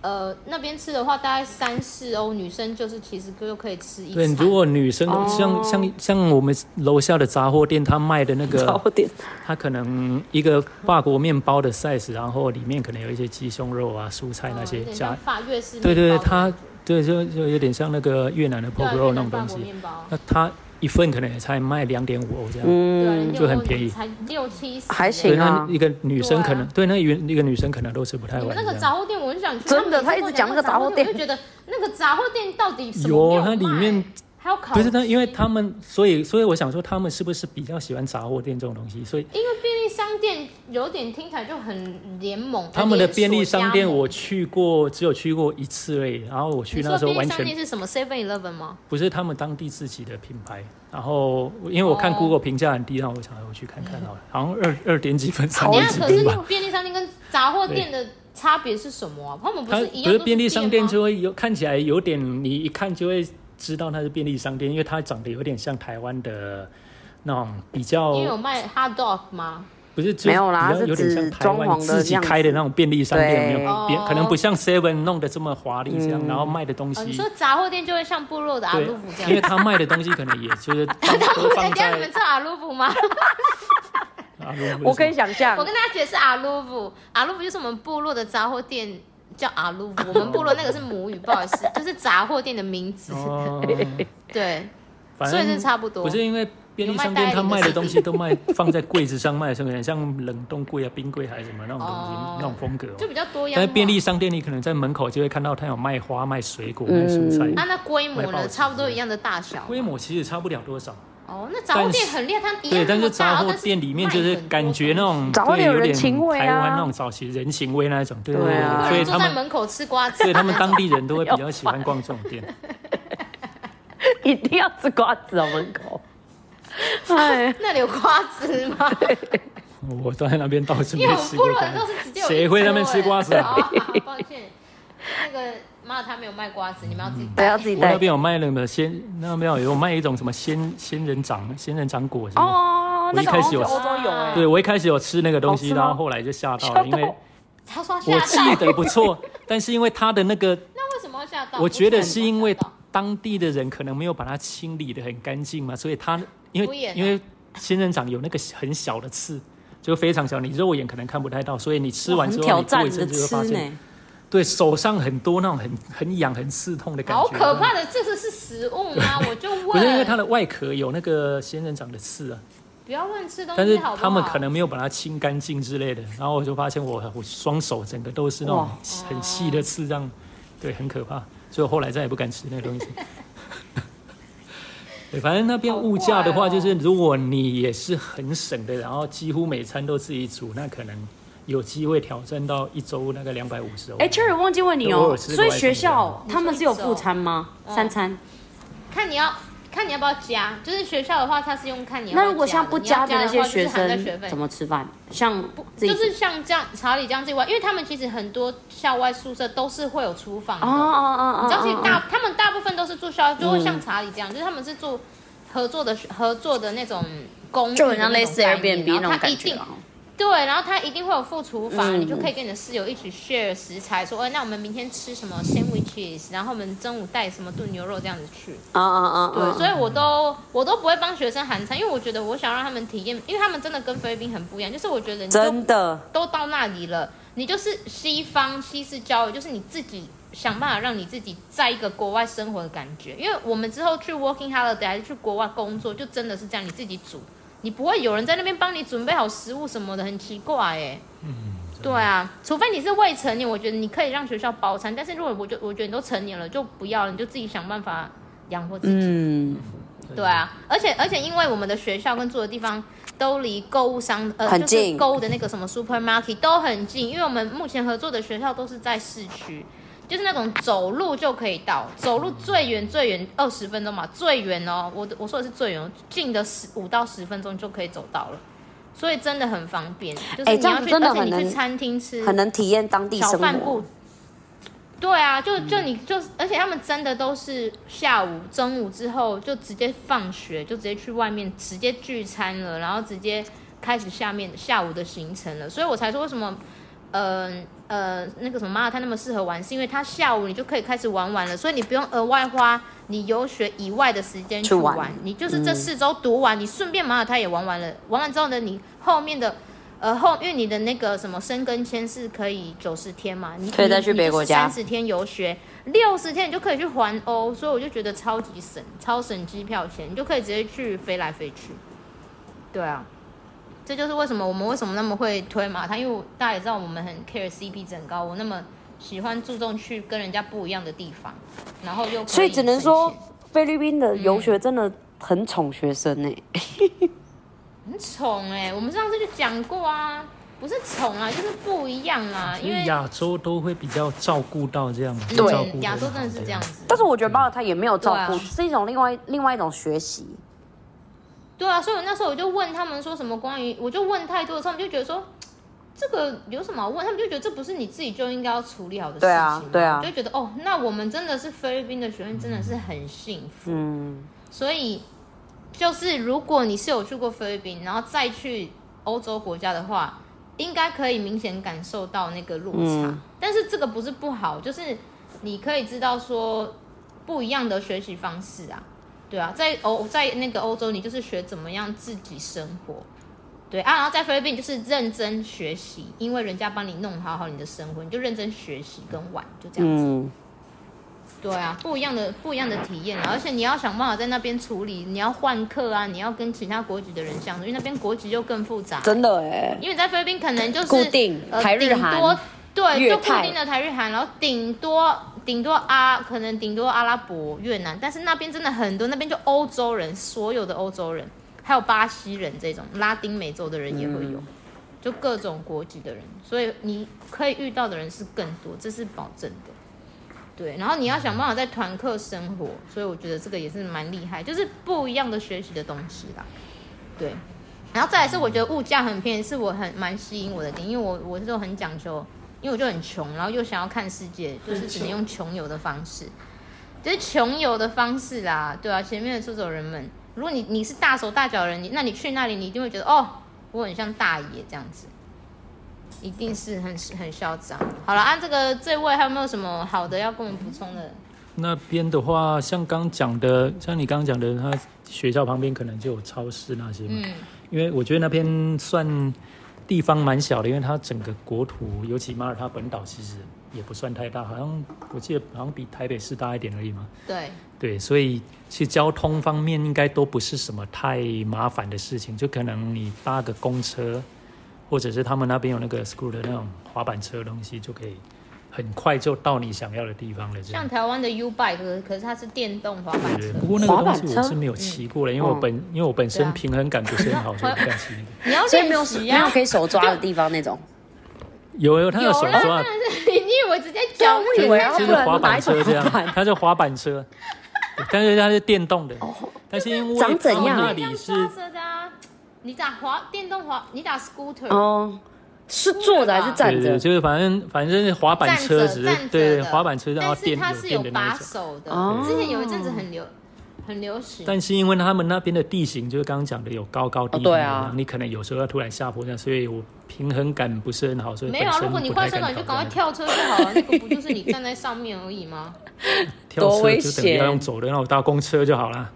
Speaker 2: 呃那边吃的话，大概三四欧，女生就是其实就可以吃一
Speaker 3: 对，
Speaker 2: 餐。
Speaker 3: 如果女生
Speaker 1: 哦
Speaker 3: 像像像我们楼下的杂货店，他卖的
Speaker 1: *laughs*
Speaker 3: 那
Speaker 1: 早
Speaker 3: 个，
Speaker 1: 点。
Speaker 3: 他可能一个法国面包的 size，然后里面可能有一些鸡胸肉啊、蔬菜那
Speaker 2: 嗯
Speaker 3: 些
Speaker 2: 有点
Speaker 3: 加
Speaker 2: 像，法越式面包
Speaker 3: 对
Speaker 2: 的
Speaker 3: 对对，
Speaker 2: 那种，
Speaker 3: 它对就就有点像那个越南的 p o
Speaker 2: 对啊
Speaker 3: k roll
Speaker 2: 越
Speaker 3: 那
Speaker 2: 南
Speaker 3: 种
Speaker 2: 法
Speaker 3: 东
Speaker 2: 国
Speaker 3: 西，
Speaker 2: 面包，
Speaker 3: 那它一份可能也才卖两点五欧这样。
Speaker 2: 对啊
Speaker 1: 嗯，
Speaker 2: 六
Speaker 3: 就很
Speaker 2: 欧
Speaker 3: 便宜
Speaker 2: 才六七十，
Speaker 1: 还
Speaker 3: 对，
Speaker 1: 行
Speaker 3: 那
Speaker 1: 啊
Speaker 3: 一个女生可能对,、那一个女生可能都吃不太
Speaker 2: 啊欸你
Speaker 3: 完
Speaker 2: 们
Speaker 3: 这
Speaker 2: 那个
Speaker 3: 样。
Speaker 2: 杂货店我很想去，
Speaker 1: 真的
Speaker 2: 每次
Speaker 1: 他一直讲那个
Speaker 2: 都
Speaker 1: 杂货
Speaker 2: 讲
Speaker 1: 店
Speaker 2: 我就觉得那个杂货店到底什么
Speaker 3: 有，
Speaker 2: 没
Speaker 3: 啊它里
Speaker 2: 卖
Speaker 3: 面
Speaker 2: 还有烤
Speaker 3: 不是他，因为
Speaker 2: 鸡
Speaker 3: 他们，所以所以我想说，他们是不是比较喜欢杂货店这种东西？所以
Speaker 2: 因为便利商店有点听起来就很联盟，呃
Speaker 3: 他们的
Speaker 2: 连锁
Speaker 3: 便利商店
Speaker 2: 加盟
Speaker 3: 我去过，只有去过一次而已。然后我去
Speaker 2: 你
Speaker 3: 那
Speaker 2: 说
Speaker 3: 时候
Speaker 2: 便利
Speaker 3: 完
Speaker 2: 商店
Speaker 3: 全
Speaker 2: 是什么 Seven Eleven 吗？
Speaker 3: 不是他们当地自己的品牌。然后因为我看
Speaker 2: 哦
Speaker 3: Google 评价很低，然后我想我去看看好了，好像二二点几分，三
Speaker 1: 好
Speaker 2: 等一
Speaker 3: 点
Speaker 2: 下啊
Speaker 3: 几
Speaker 2: 可
Speaker 3: 分
Speaker 2: 是哦那
Speaker 3: 吧
Speaker 2: 种。便利商店跟杂货店的差别是什么啊？他们不
Speaker 3: 它
Speaker 2: 是一
Speaker 3: 不
Speaker 2: 样
Speaker 3: 是
Speaker 2: 都
Speaker 3: 便利商店
Speaker 2: 吗
Speaker 3: 就会有看起来有点，你一看就会知道它是便利商店，因为它长得有点像台湾的那种比较
Speaker 2: 因为有卖 hot dog 吗？
Speaker 3: 不是就是
Speaker 1: 没有啦
Speaker 3: 比较
Speaker 1: 它是
Speaker 3: 有点像
Speaker 1: 指
Speaker 3: 台湾
Speaker 1: 装潢的
Speaker 3: 自己开的那种便利商
Speaker 1: 样
Speaker 3: 店，
Speaker 1: 子嗯
Speaker 3: 没有别
Speaker 2: 对
Speaker 3: 可能不像 Seven 弄得这么华丽这样，然后卖的东
Speaker 2: 哦，你
Speaker 3: 西
Speaker 2: 说杂货店就会像部落的阿
Speaker 3: 对啊
Speaker 2: 鲁夫这，
Speaker 3: 因为
Speaker 2: 样。
Speaker 3: 他卖的东西可能也就是
Speaker 2: *laughs*
Speaker 3: 放都
Speaker 2: 我
Speaker 3: 放
Speaker 2: 等一下你们
Speaker 3: 在
Speaker 2: 吃阿鲁夫
Speaker 3: *laughs*
Speaker 2: 吗？
Speaker 3: 啊，如果
Speaker 1: 我可以想象
Speaker 2: 我，跟大家解释阿鲁夫，阿鲁夫就是我们部落的杂货店。叫阿鲁
Speaker 3: *laughs*
Speaker 2: 夫，我们部落那个是母语，不好意思， *laughs* 就是杂货店的名字。
Speaker 1: *laughs*
Speaker 3: 哦，
Speaker 2: 对，
Speaker 3: 反
Speaker 2: 所以是
Speaker 3: 正
Speaker 2: 差不多。
Speaker 3: 不是因为。便利商店他卖的东西都卖放在柜子上卖，是不是像冷冻柜啊、冰柜还是什么那种东西、
Speaker 2: 哦
Speaker 3: 那种风格嘛？
Speaker 2: 就比较多样化。
Speaker 3: 但是便利商店，你可能在门口就会看到他有卖花、卖水果、卖蔬菜，
Speaker 2: 啊，那规模
Speaker 3: 买报
Speaker 2: 呢？
Speaker 3: 纸
Speaker 2: 差不多一样的大小。
Speaker 3: 规模其实差不了多少。
Speaker 2: 哦，那杂货店很厉害，它一
Speaker 3: 对，
Speaker 2: 样那
Speaker 3: 但
Speaker 2: 么
Speaker 3: 是
Speaker 2: 大哦
Speaker 3: 杂货店里面就是感觉那。种
Speaker 1: 杂货
Speaker 3: 对
Speaker 1: 店有
Speaker 3: 有
Speaker 1: 人
Speaker 3: 点
Speaker 1: 情味啊
Speaker 3: 台湾那种早期人情味那一种，对
Speaker 1: 对啊
Speaker 2: 但
Speaker 3: 所
Speaker 2: 是卖很多东西坐
Speaker 3: 以他
Speaker 2: 在
Speaker 3: 们
Speaker 2: 门口吃瓜子，
Speaker 3: 所以他们当地人都会比较喜欢逛这种
Speaker 2: *laughs*
Speaker 3: 店。
Speaker 1: 一定要吃瓜子哦，门口。 *laughs* 哎，
Speaker 2: 那里有瓜子吗？
Speaker 3: 我都在那边到处 *laughs* 没
Speaker 2: 因为我们
Speaker 3: 吃
Speaker 2: 部
Speaker 3: 过
Speaker 2: 落
Speaker 3: 瓜
Speaker 2: 人都
Speaker 3: 子，
Speaker 2: 是直接有一
Speaker 3: 谁会在那边吃瓜子啊
Speaker 2: 桌哎哦抱歉，那个马尔他没有卖瓜子，你们要自己
Speaker 1: 不
Speaker 2: 带。
Speaker 1: 嗯要自己
Speaker 3: 我那
Speaker 1: 带。
Speaker 3: 边有卖那个仙，那边有卖一种什么仙仙人掌、仙人掌果什么的。
Speaker 1: 哦，那个
Speaker 3: 我一开
Speaker 1: 好
Speaker 3: 始
Speaker 1: 像
Speaker 3: 有
Speaker 1: 是欧洲有哎。
Speaker 3: 对，我一开始有吃那个东西，
Speaker 1: 好吃
Speaker 2: 哦
Speaker 1: 吗
Speaker 3: 然后后来就吓到
Speaker 1: 吓
Speaker 3: 了，
Speaker 1: 到
Speaker 3: 因为
Speaker 2: 他说
Speaker 3: *laughs* 我
Speaker 2: 吓
Speaker 3: 记
Speaker 2: 到， *laughs*
Speaker 3: 得不错，但是因为它的那个
Speaker 2: 那为什么要吓到？
Speaker 3: 我觉得
Speaker 2: 不
Speaker 3: 是
Speaker 2: 为什
Speaker 3: 因
Speaker 2: 么要
Speaker 3: 为
Speaker 2: 吓到
Speaker 3: 当地的人可能没有把它清理的很干净嘛，所以它因
Speaker 2: 敷
Speaker 3: 为
Speaker 2: 衍啊
Speaker 3: 因为仙人掌有那个很小的刺，就非常小，你肉眼可能看不太到，所以你吃
Speaker 1: 哇
Speaker 3: 完
Speaker 1: 很
Speaker 3: 之后，
Speaker 1: 挑
Speaker 3: 你过
Speaker 1: 战
Speaker 3: 一
Speaker 1: 的
Speaker 3: 阵子就会
Speaker 1: 吃
Speaker 3: 发现，
Speaker 1: 呢，
Speaker 3: 对手上很多那种很很痒、很刺痛的感觉，
Speaker 2: 好可怕的，这个是食物吗？我就问，
Speaker 3: 不是因为它的外壳有那个仙人掌的刺啊，
Speaker 2: 不要乱吃东
Speaker 3: 但是
Speaker 2: 西好不好？
Speaker 3: 他们可能没有把它清干净之类的，然后我就发现我我双手整个都是那种
Speaker 1: 哇
Speaker 3: 很细的刺，这样对，很可怕，所以我后来再也不敢吃那个东西。
Speaker 2: *laughs*
Speaker 3: 对，反正那边物价的
Speaker 2: 好
Speaker 3: 话，
Speaker 2: 怪哦
Speaker 3: 就是如果你也是很省的，然后几乎每餐都自己煮，那可能有机会挑战到一周那个两百五十欧。
Speaker 1: 哎，Cherry 忘记问你
Speaker 3: 对我
Speaker 1: 哦，
Speaker 3: 有吃过
Speaker 1: 所以
Speaker 3: 还是
Speaker 1: 学
Speaker 3: 怎么
Speaker 1: 校他们是有
Speaker 2: 你说一
Speaker 1: 副餐吗？
Speaker 2: 哦
Speaker 1: 三餐？
Speaker 2: 看你要看你要不要加，就是学校的话，它是用看你要不要
Speaker 1: 那如果
Speaker 2: 加
Speaker 1: 像
Speaker 2: 的
Speaker 1: 不
Speaker 2: 你要加
Speaker 1: 的那
Speaker 2: 话
Speaker 1: 些
Speaker 2: 就是
Speaker 1: 学
Speaker 2: 含在学
Speaker 1: 生
Speaker 2: 费
Speaker 1: 怎么吃饭？像自己
Speaker 2: 就是像这样查理这样这外，因为他们其实很多校外宿舍都是会有厨房的，
Speaker 1: 哦哦哦哦，
Speaker 2: 你知道，其实
Speaker 1: 哦嗯
Speaker 2: 大他们大部分都是住校，就会像查理这样，就是他们是住合作的合作的那种公寓
Speaker 1: 就
Speaker 2: 的
Speaker 1: 很
Speaker 2: 那种概念，
Speaker 1: 像类似 Airbnb 那种
Speaker 2: 然后他
Speaker 1: 感
Speaker 2: 一
Speaker 1: 觉
Speaker 2: 定
Speaker 1: 啊。
Speaker 2: 对，然后他一定会有副厨房，
Speaker 1: 嗯
Speaker 2: 你就可以跟你的室友一起 share 食材，说，哎，那我们明天吃什么 sandwiches，然后我们中午带什么炖牛肉这样子去。
Speaker 1: 啊啊啊！
Speaker 2: 对，所
Speaker 1: 以
Speaker 2: 以我都我都不会帮学生含餐，因为我觉得我想让他们体验，因为他们真的跟菲律宾很不一样，就是我觉得你就
Speaker 1: 真的
Speaker 2: 都到那里了，你就是西方西式教育，就是你自己想办法让你自己在一个国外生活的感觉。因为我们之后去 working holiday 还是去国外工作，就真的是这样，你自己煮，你不会有人在那边帮你准备好食物什么的，很奇怪哎、对啊，除非你是未成年，我觉得你可以让学校包餐，但是如果我觉我觉得你都成年了，就不要了，你就自己想办法养活自己。
Speaker 1: 嗯，
Speaker 2: 对啊，而且而且，因为我们的学校跟住的地方都离购物商呃，
Speaker 1: 很
Speaker 2: 就是
Speaker 1: 近
Speaker 2: 购物的那个什么 supermarket 都很近，因为我们目前合作的学校都是在市区，就是那种走路就可以到，走路最远最远二十分钟嘛，最远哦，我的我说的是最远哦，近的十五到十分钟就可以走到了，所以真的很方便。就是
Speaker 1: 哎
Speaker 2: 你
Speaker 1: 这样
Speaker 2: 要
Speaker 1: 子
Speaker 2: 去，
Speaker 1: 真的
Speaker 2: 而且
Speaker 1: 很
Speaker 2: 你
Speaker 1: 能
Speaker 2: 去餐厅吃，
Speaker 1: 很能体验当地
Speaker 2: 小
Speaker 1: 生
Speaker 2: 饭
Speaker 1: 活
Speaker 2: 部。。对啊，就就你就，而且他们真的都是下午、中午之后就直接放学，就直接去外面直接聚餐了，然后直接开始下面下午的行程了。所以我才说为什么呃呃那个什么马尔他那么适合玩，是因为它下午你就可以开始玩完了，所以你不用额外花你游学以外的时间
Speaker 1: 去
Speaker 2: 去
Speaker 1: 玩嗯
Speaker 2: 玩，你就是这四周读完，你顺便马尔他也玩完了，玩完之后呢，你后面的。呃，后因为你的那个什么申根签是可以九十天嘛，你
Speaker 1: 可以再去别国家
Speaker 2: 三十天游学，六十天你就可以去环欧，所以我就觉得超级省，超省机票钱，你就可以直接去飞来飞去。对啊，这就是为什么我们为什么那么会推马他，因为我大家也知道我们很 care CP 值很高，我那么喜欢注重去跟人家不一样的地方，然后又可
Speaker 1: 所以只能说
Speaker 2: 省钱
Speaker 1: 菲律宾的游学真的很宠学生欸
Speaker 2: 嗯
Speaker 1: 呢、
Speaker 2: 很宠哎、我们上次就讲过啊，不是宠啊，就是不一样啊，
Speaker 3: 因
Speaker 2: 因
Speaker 3: 为
Speaker 2: 为
Speaker 3: 亚洲都会比较照顾到这样，
Speaker 1: 对
Speaker 3: 照顾
Speaker 2: 亚洲真的是这样
Speaker 3: 子。
Speaker 2: 子。
Speaker 1: 但是我觉得巴尔他也没有照顾，
Speaker 2: 对啊
Speaker 1: 是一种另外另外一种学习。
Speaker 2: 对啊，所以我那时候我就问他们说什么关于，我就问太多的时候，他们就觉得说。这个有什么好问？他们就觉得这不是你自己就应该要处理好的事情
Speaker 1: 对啊
Speaker 2: 嘛，
Speaker 1: 对啊
Speaker 2: 我就觉得哦，那我们真的是菲律宾的学生，真的是很幸福。
Speaker 1: 嗯，
Speaker 2: 所以就是如果你是有去过菲律宾，然后再去欧洲国家的话，应该可以明显感受到那个落差。
Speaker 1: 嗯
Speaker 2: 但是这个不是不好，就是你可以知道说不一样的学习方式啊，对啊，在欧在那个欧洲，你就是学怎么样自己生活。对啊，然后在菲律宾就是认真学习，因为人家帮你弄好好你的生活，你就认真学习跟玩，就这样子。
Speaker 1: 嗯，
Speaker 2: 对啊，不一样的不一样的体验啊，而且你要想办法在那边处理，你要换客啊，你要跟其他国籍的人相处，因为那边国籍又更复杂。
Speaker 1: 真的哎、
Speaker 2: 因为在菲律宾可能就是
Speaker 1: 固定
Speaker 2: 呃
Speaker 1: 台日韩
Speaker 2: 顶多对，
Speaker 1: 越
Speaker 2: 就
Speaker 1: 泰
Speaker 2: 固定的台日韩，然后顶多顶多阿可能顶多阿拉伯、越南，但是那边真的很多，那边就欧洲人，所有的欧洲人，还有巴西人这种拉丁美洲的人也会有，就各种国籍的人，所以你可以遇到的人是更多，这是保证的。对，然后你要想办法在团课生活，所以我觉得这个也是蛮厉害，就是不一样的学习的东西啦。对，然后再来是我觉得物价很便宜，是我很蛮吸引我的点，因为我我就很讲究，因为我就很穷，然后又想要看世界，就是只能用穷游的方式，就是穷游的方式啦，对啊，前面的出走人们，如果你你是大手大脚的人，你那你去那里，你一定会觉得哦，我很像大爷这样子。一定是很很嚣张。好了，按、这个这位还有没有什么好的要跟我们补充的？
Speaker 3: 那边的话，像刚讲的，像你刚刚讲的，他学校旁边可能就有超市那些嘛。
Speaker 2: 嗯，
Speaker 3: 因为我觉得那边算地方蛮小的，因为它整个国土，尤其马耳他本岛其实也不算太大，好像我记得好像比台北市大一点而已嘛。
Speaker 2: 对，
Speaker 3: 对，所以其实交通方面应该都不是什么太麻烦的事情，就可能你搭个公车，或者是他们那边有那个 school 的那种滑板车的东西，就可以很快就到你想要的地方了。这样
Speaker 2: 像。台湾的 U Bike，可是它是电动滑板
Speaker 3: 对
Speaker 2: 车，
Speaker 3: 不过那个
Speaker 1: 滑
Speaker 3: 东
Speaker 1: 板
Speaker 3: 西
Speaker 1: 车
Speaker 3: 我是没有骑过的，因为我本因为我本
Speaker 2: 对
Speaker 3: 身
Speaker 2: 啊
Speaker 3: 平衡感不是很好，所以不敢骑那个。
Speaker 2: 你要
Speaker 1: 所以没有
Speaker 2: 练
Speaker 1: 没
Speaker 2: 习
Speaker 1: 有
Speaker 2: 啊
Speaker 1: 可。以手抓的地方
Speaker 2: *laughs*
Speaker 1: 那种。
Speaker 3: 有有，它有手
Speaker 2: 啦，当
Speaker 3: 抓
Speaker 2: 然，是你以为直接教
Speaker 1: 对
Speaker 3: 就
Speaker 1: 我以
Speaker 2: 你
Speaker 1: 为要
Speaker 3: 啊就
Speaker 1: 不
Speaker 3: 是
Speaker 1: 然
Speaker 3: 滑板车这
Speaker 1: 买一种滑
Speaker 3: 样，它是滑板车，对但是它是电动的，但是因为
Speaker 1: 长怎样
Speaker 3: 到那
Speaker 2: 这哦样
Speaker 3: 里是
Speaker 2: 抓着的啊？你打滑电动滑，你打 scooter，、
Speaker 1: 哦，是坐着还是站
Speaker 3: 对对，
Speaker 1: 着？
Speaker 3: 就是反正反正是滑板车
Speaker 2: 站着
Speaker 3: 只是
Speaker 2: 站着
Speaker 3: 对对
Speaker 2: 的
Speaker 3: 滑板车，然后
Speaker 2: 但是
Speaker 3: 电
Speaker 2: 它
Speaker 3: 有
Speaker 2: 是
Speaker 3: 电
Speaker 2: 有
Speaker 3: 的那
Speaker 2: 把
Speaker 3: 一种。
Speaker 2: 手的
Speaker 1: 哦。
Speaker 2: 之前有一阵子很流很流行，
Speaker 3: 但是因为他们那边的地形，就是刚刚讲的有高高低低，
Speaker 1: 哦对啊
Speaker 3: 然后你可能有时候要突然下坡这样，所以我平衡感不是很好，所以
Speaker 2: 没有
Speaker 3: 本
Speaker 2: 啊。
Speaker 3: 身
Speaker 2: 如果你
Speaker 3: 不太
Speaker 2: 会伸手，
Speaker 3: 敢
Speaker 2: 你就
Speaker 3: 搞
Speaker 2: 赶快
Speaker 3: 这样
Speaker 2: 跳车就好了，那个不就是你站在上面而
Speaker 1: *laughs*
Speaker 2: 已吗？
Speaker 3: 跳
Speaker 1: 多
Speaker 3: 车
Speaker 1: 危
Speaker 3: 就等于要用
Speaker 1: 险
Speaker 3: 走的，那我搭公车就好啦。